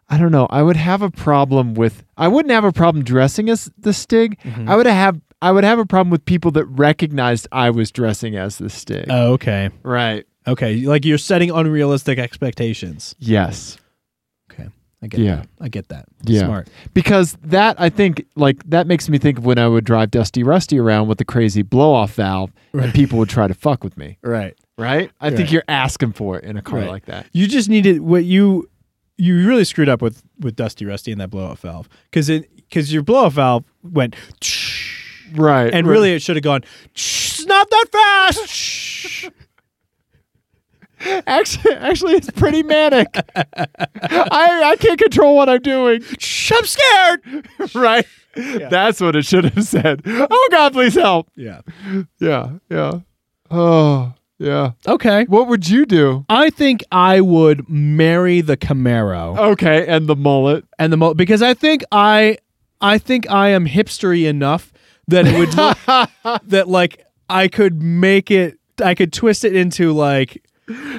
Speaker 1: I don't know. I would have a problem with. I wouldn't have a problem dressing as the Stig.
Speaker 3: Mm-hmm.
Speaker 1: I would have. I would have a problem with people that recognized I was dressing as the Stig.
Speaker 3: oh, okay,
Speaker 1: right.
Speaker 3: okay. Like you're setting unrealistic expectations.
Speaker 1: Yes.
Speaker 3: Okay, I get.
Speaker 1: Yeah.
Speaker 3: that. I get that.
Speaker 1: Yeah.
Speaker 3: smart.
Speaker 1: Because that I think like that makes me think of when I would drive Dusty Rusty around with the crazy blow off valve, and
Speaker 3: Right.
Speaker 1: people would try to fuck with me.
Speaker 3: Right.
Speaker 1: Right. I think
Speaker 3: Right.
Speaker 1: you're asking for it in a car
Speaker 3: Right.
Speaker 1: like that.
Speaker 3: You just needed what you you really screwed up with with Dusty Rusty and that blow up valve because it because your blow up valve went
Speaker 1: Right.
Speaker 3: and really it should have gone "Shh, it's not that fast.
Speaker 1: Actually, actually, it's pretty manic. I I can't control what I'm doing.
Speaker 3: Shh, I'm scared.
Speaker 1: Right? That's what it should have said. Oh God, please help.
Speaker 3: Yeah.
Speaker 1: Yeah, yeah. Oh, yeah.
Speaker 3: Okay.
Speaker 1: What would you do?
Speaker 3: I think I would marry the Camaro
Speaker 1: Okay, and the mullet.
Speaker 3: and the mo- because I think I I think I am hipstery enough that it would look, that like I could make it I could twist it into like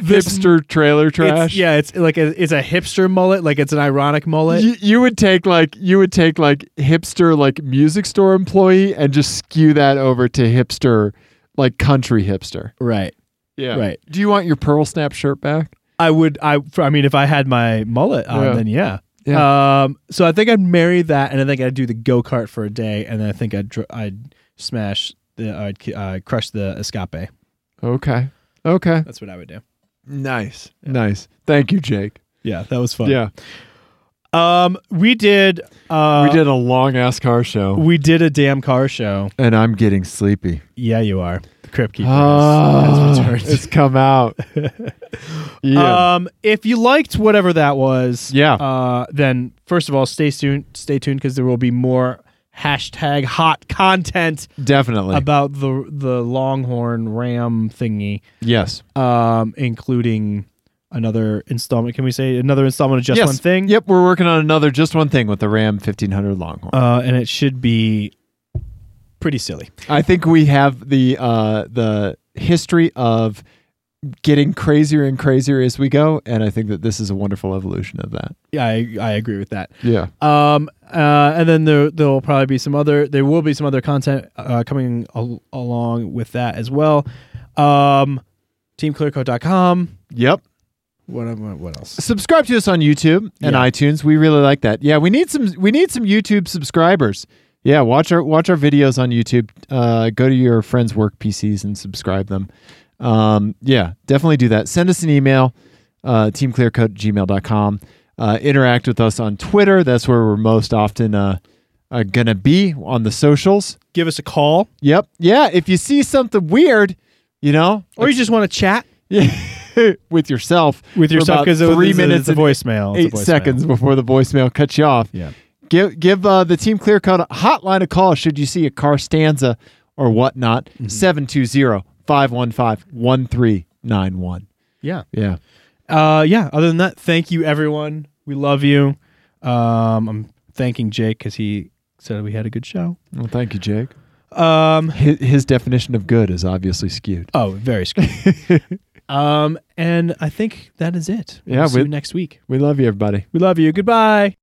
Speaker 3: this
Speaker 1: Hipster trailer trash.
Speaker 3: It's, yeah, it's like a, it's a hipster mullet, like it's an ironic mullet.
Speaker 1: You, you would take like you would take like hipster like music store employee and just skew that over to hipster like country hipster.
Speaker 3: Right.
Speaker 1: Yeah.
Speaker 3: Right.
Speaker 1: Do you want your pearl snap shirt back?
Speaker 3: I would. I. for- I mean, if I had my mullet on,
Speaker 1: Yeah.
Speaker 3: then yeah. Um. So I think I'd marry that, and I think I'd do the go kart for a day, and then I think I'd dr- I'd smash the I'd ki- uh, crush the escape.
Speaker 1: Okay. Okay.
Speaker 3: That's what I would do.
Speaker 1: Nice. Nice. Thank you, Jake.
Speaker 3: Yeah, that was fun.
Speaker 1: yeah.
Speaker 3: Um. We did. Uh,
Speaker 1: we did a long ass car show.
Speaker 3: We did a damn car show.
Speaker 1: And I'm getting sleepy.
Speaker 3: Yeah, you are. The Crypt Keeper
Speaker 1: Ah,
Speaker 3: has, has returned.
Speaker 1: it's come out. Uh, yeah.
Speaker 3: Um, if you liked whatever that was,
Speaker 1: Yeah.
Speaker 3: Uh, then first of all, stay tuned. Stay tuned because there will be more hashtag hot content
Speaker 1: definitely.
Speaker 3: about the the Longhorn Ram thingy,
Speaker 1: yes.
Speaker 3: um, including another installment. Can we say another installment of just
Speaker 1: yes.
Speaker 3: one thing?
Speaker 1: Yep. We're working on another just one thing with the Ram 1500 Longhorn.
Speaker 3: Uh, and it should be pretty silly.
Speaker 1: I think we have the uh, the history of getting crazier and crazier as we go, and I think that this is a wonderful evolution of that.
Speaker 3: Yeah, I, I agree with that.
Speaker 1: Yeah.
Speaker 3: Um, uh, and then there there will probably be some other there will be some other content uh, coming al- along with that as well. Um, teamclearcoat.com.
Speaker 1: Yep.
Speaker 3: What am- what else?
Speaker 1: subscribe to us on YouTube and
Speaker 3: Yeah.
Speaker 1: iTunes. We really like that. Yeah, we need some we need some YouTube subscribers. Yeah, watch our watch our videos on YouTube. Uh, go to your friends' work PCs and subscribe them. Um, yeah, definitely do that. Send us an email, uh, teamclearcoat@gmail.com. Uh, interact with us on Twitter. That's where we're most often uh, uh, gonna be on the socials.
Speaker 3: Give us a call,
Speaker 1: Yep. Yeah. If you see something weird, you know,
Speaker 3: or you just want to chat
Speaker 1: with yourself,
Speaker 3: with
Speaker 1: for
Speaker 3: yourself
Speaker 1: about
Speaker 3: because
Speaker 1: three minutes
Speaker 3: a
Speaker 1: and
Speaker 3: voicemail. It's
Speaker 1: eight
Speaker 3: a voicemail.
Speaker 1: seconds before the voicemail cuts you off.
Speaker 3: Yeah.
Speaker 1: Give give uh, the Team Clear Cut hotline a call should you see a car stanza or whatnot.
Speaker 3: Mm-hmm.
Speaker 1: 720 515 1391.
Speaker 3: Yeah.
Speaker 1: Yeah.
Speaker 3: Uh, yeah. Other than that, thank you everyone. We love you. Um, I'm thanking Jake because he said we had a good show.
Speaker 1: Well, thank you, Jake.
Speaker 3: Um,
Speaker 1: His, his definition of good is obviously skewed.
Speaker 3: Oh, very scary. um, and I think that is it.
Speaker 1: Yeah,
Speaker 3: We'll see you
Speaker 1: we-
Speaker 3: next week.
Speaker 1: We love you, everybody.
Speaker 3: We love you. Goodbye.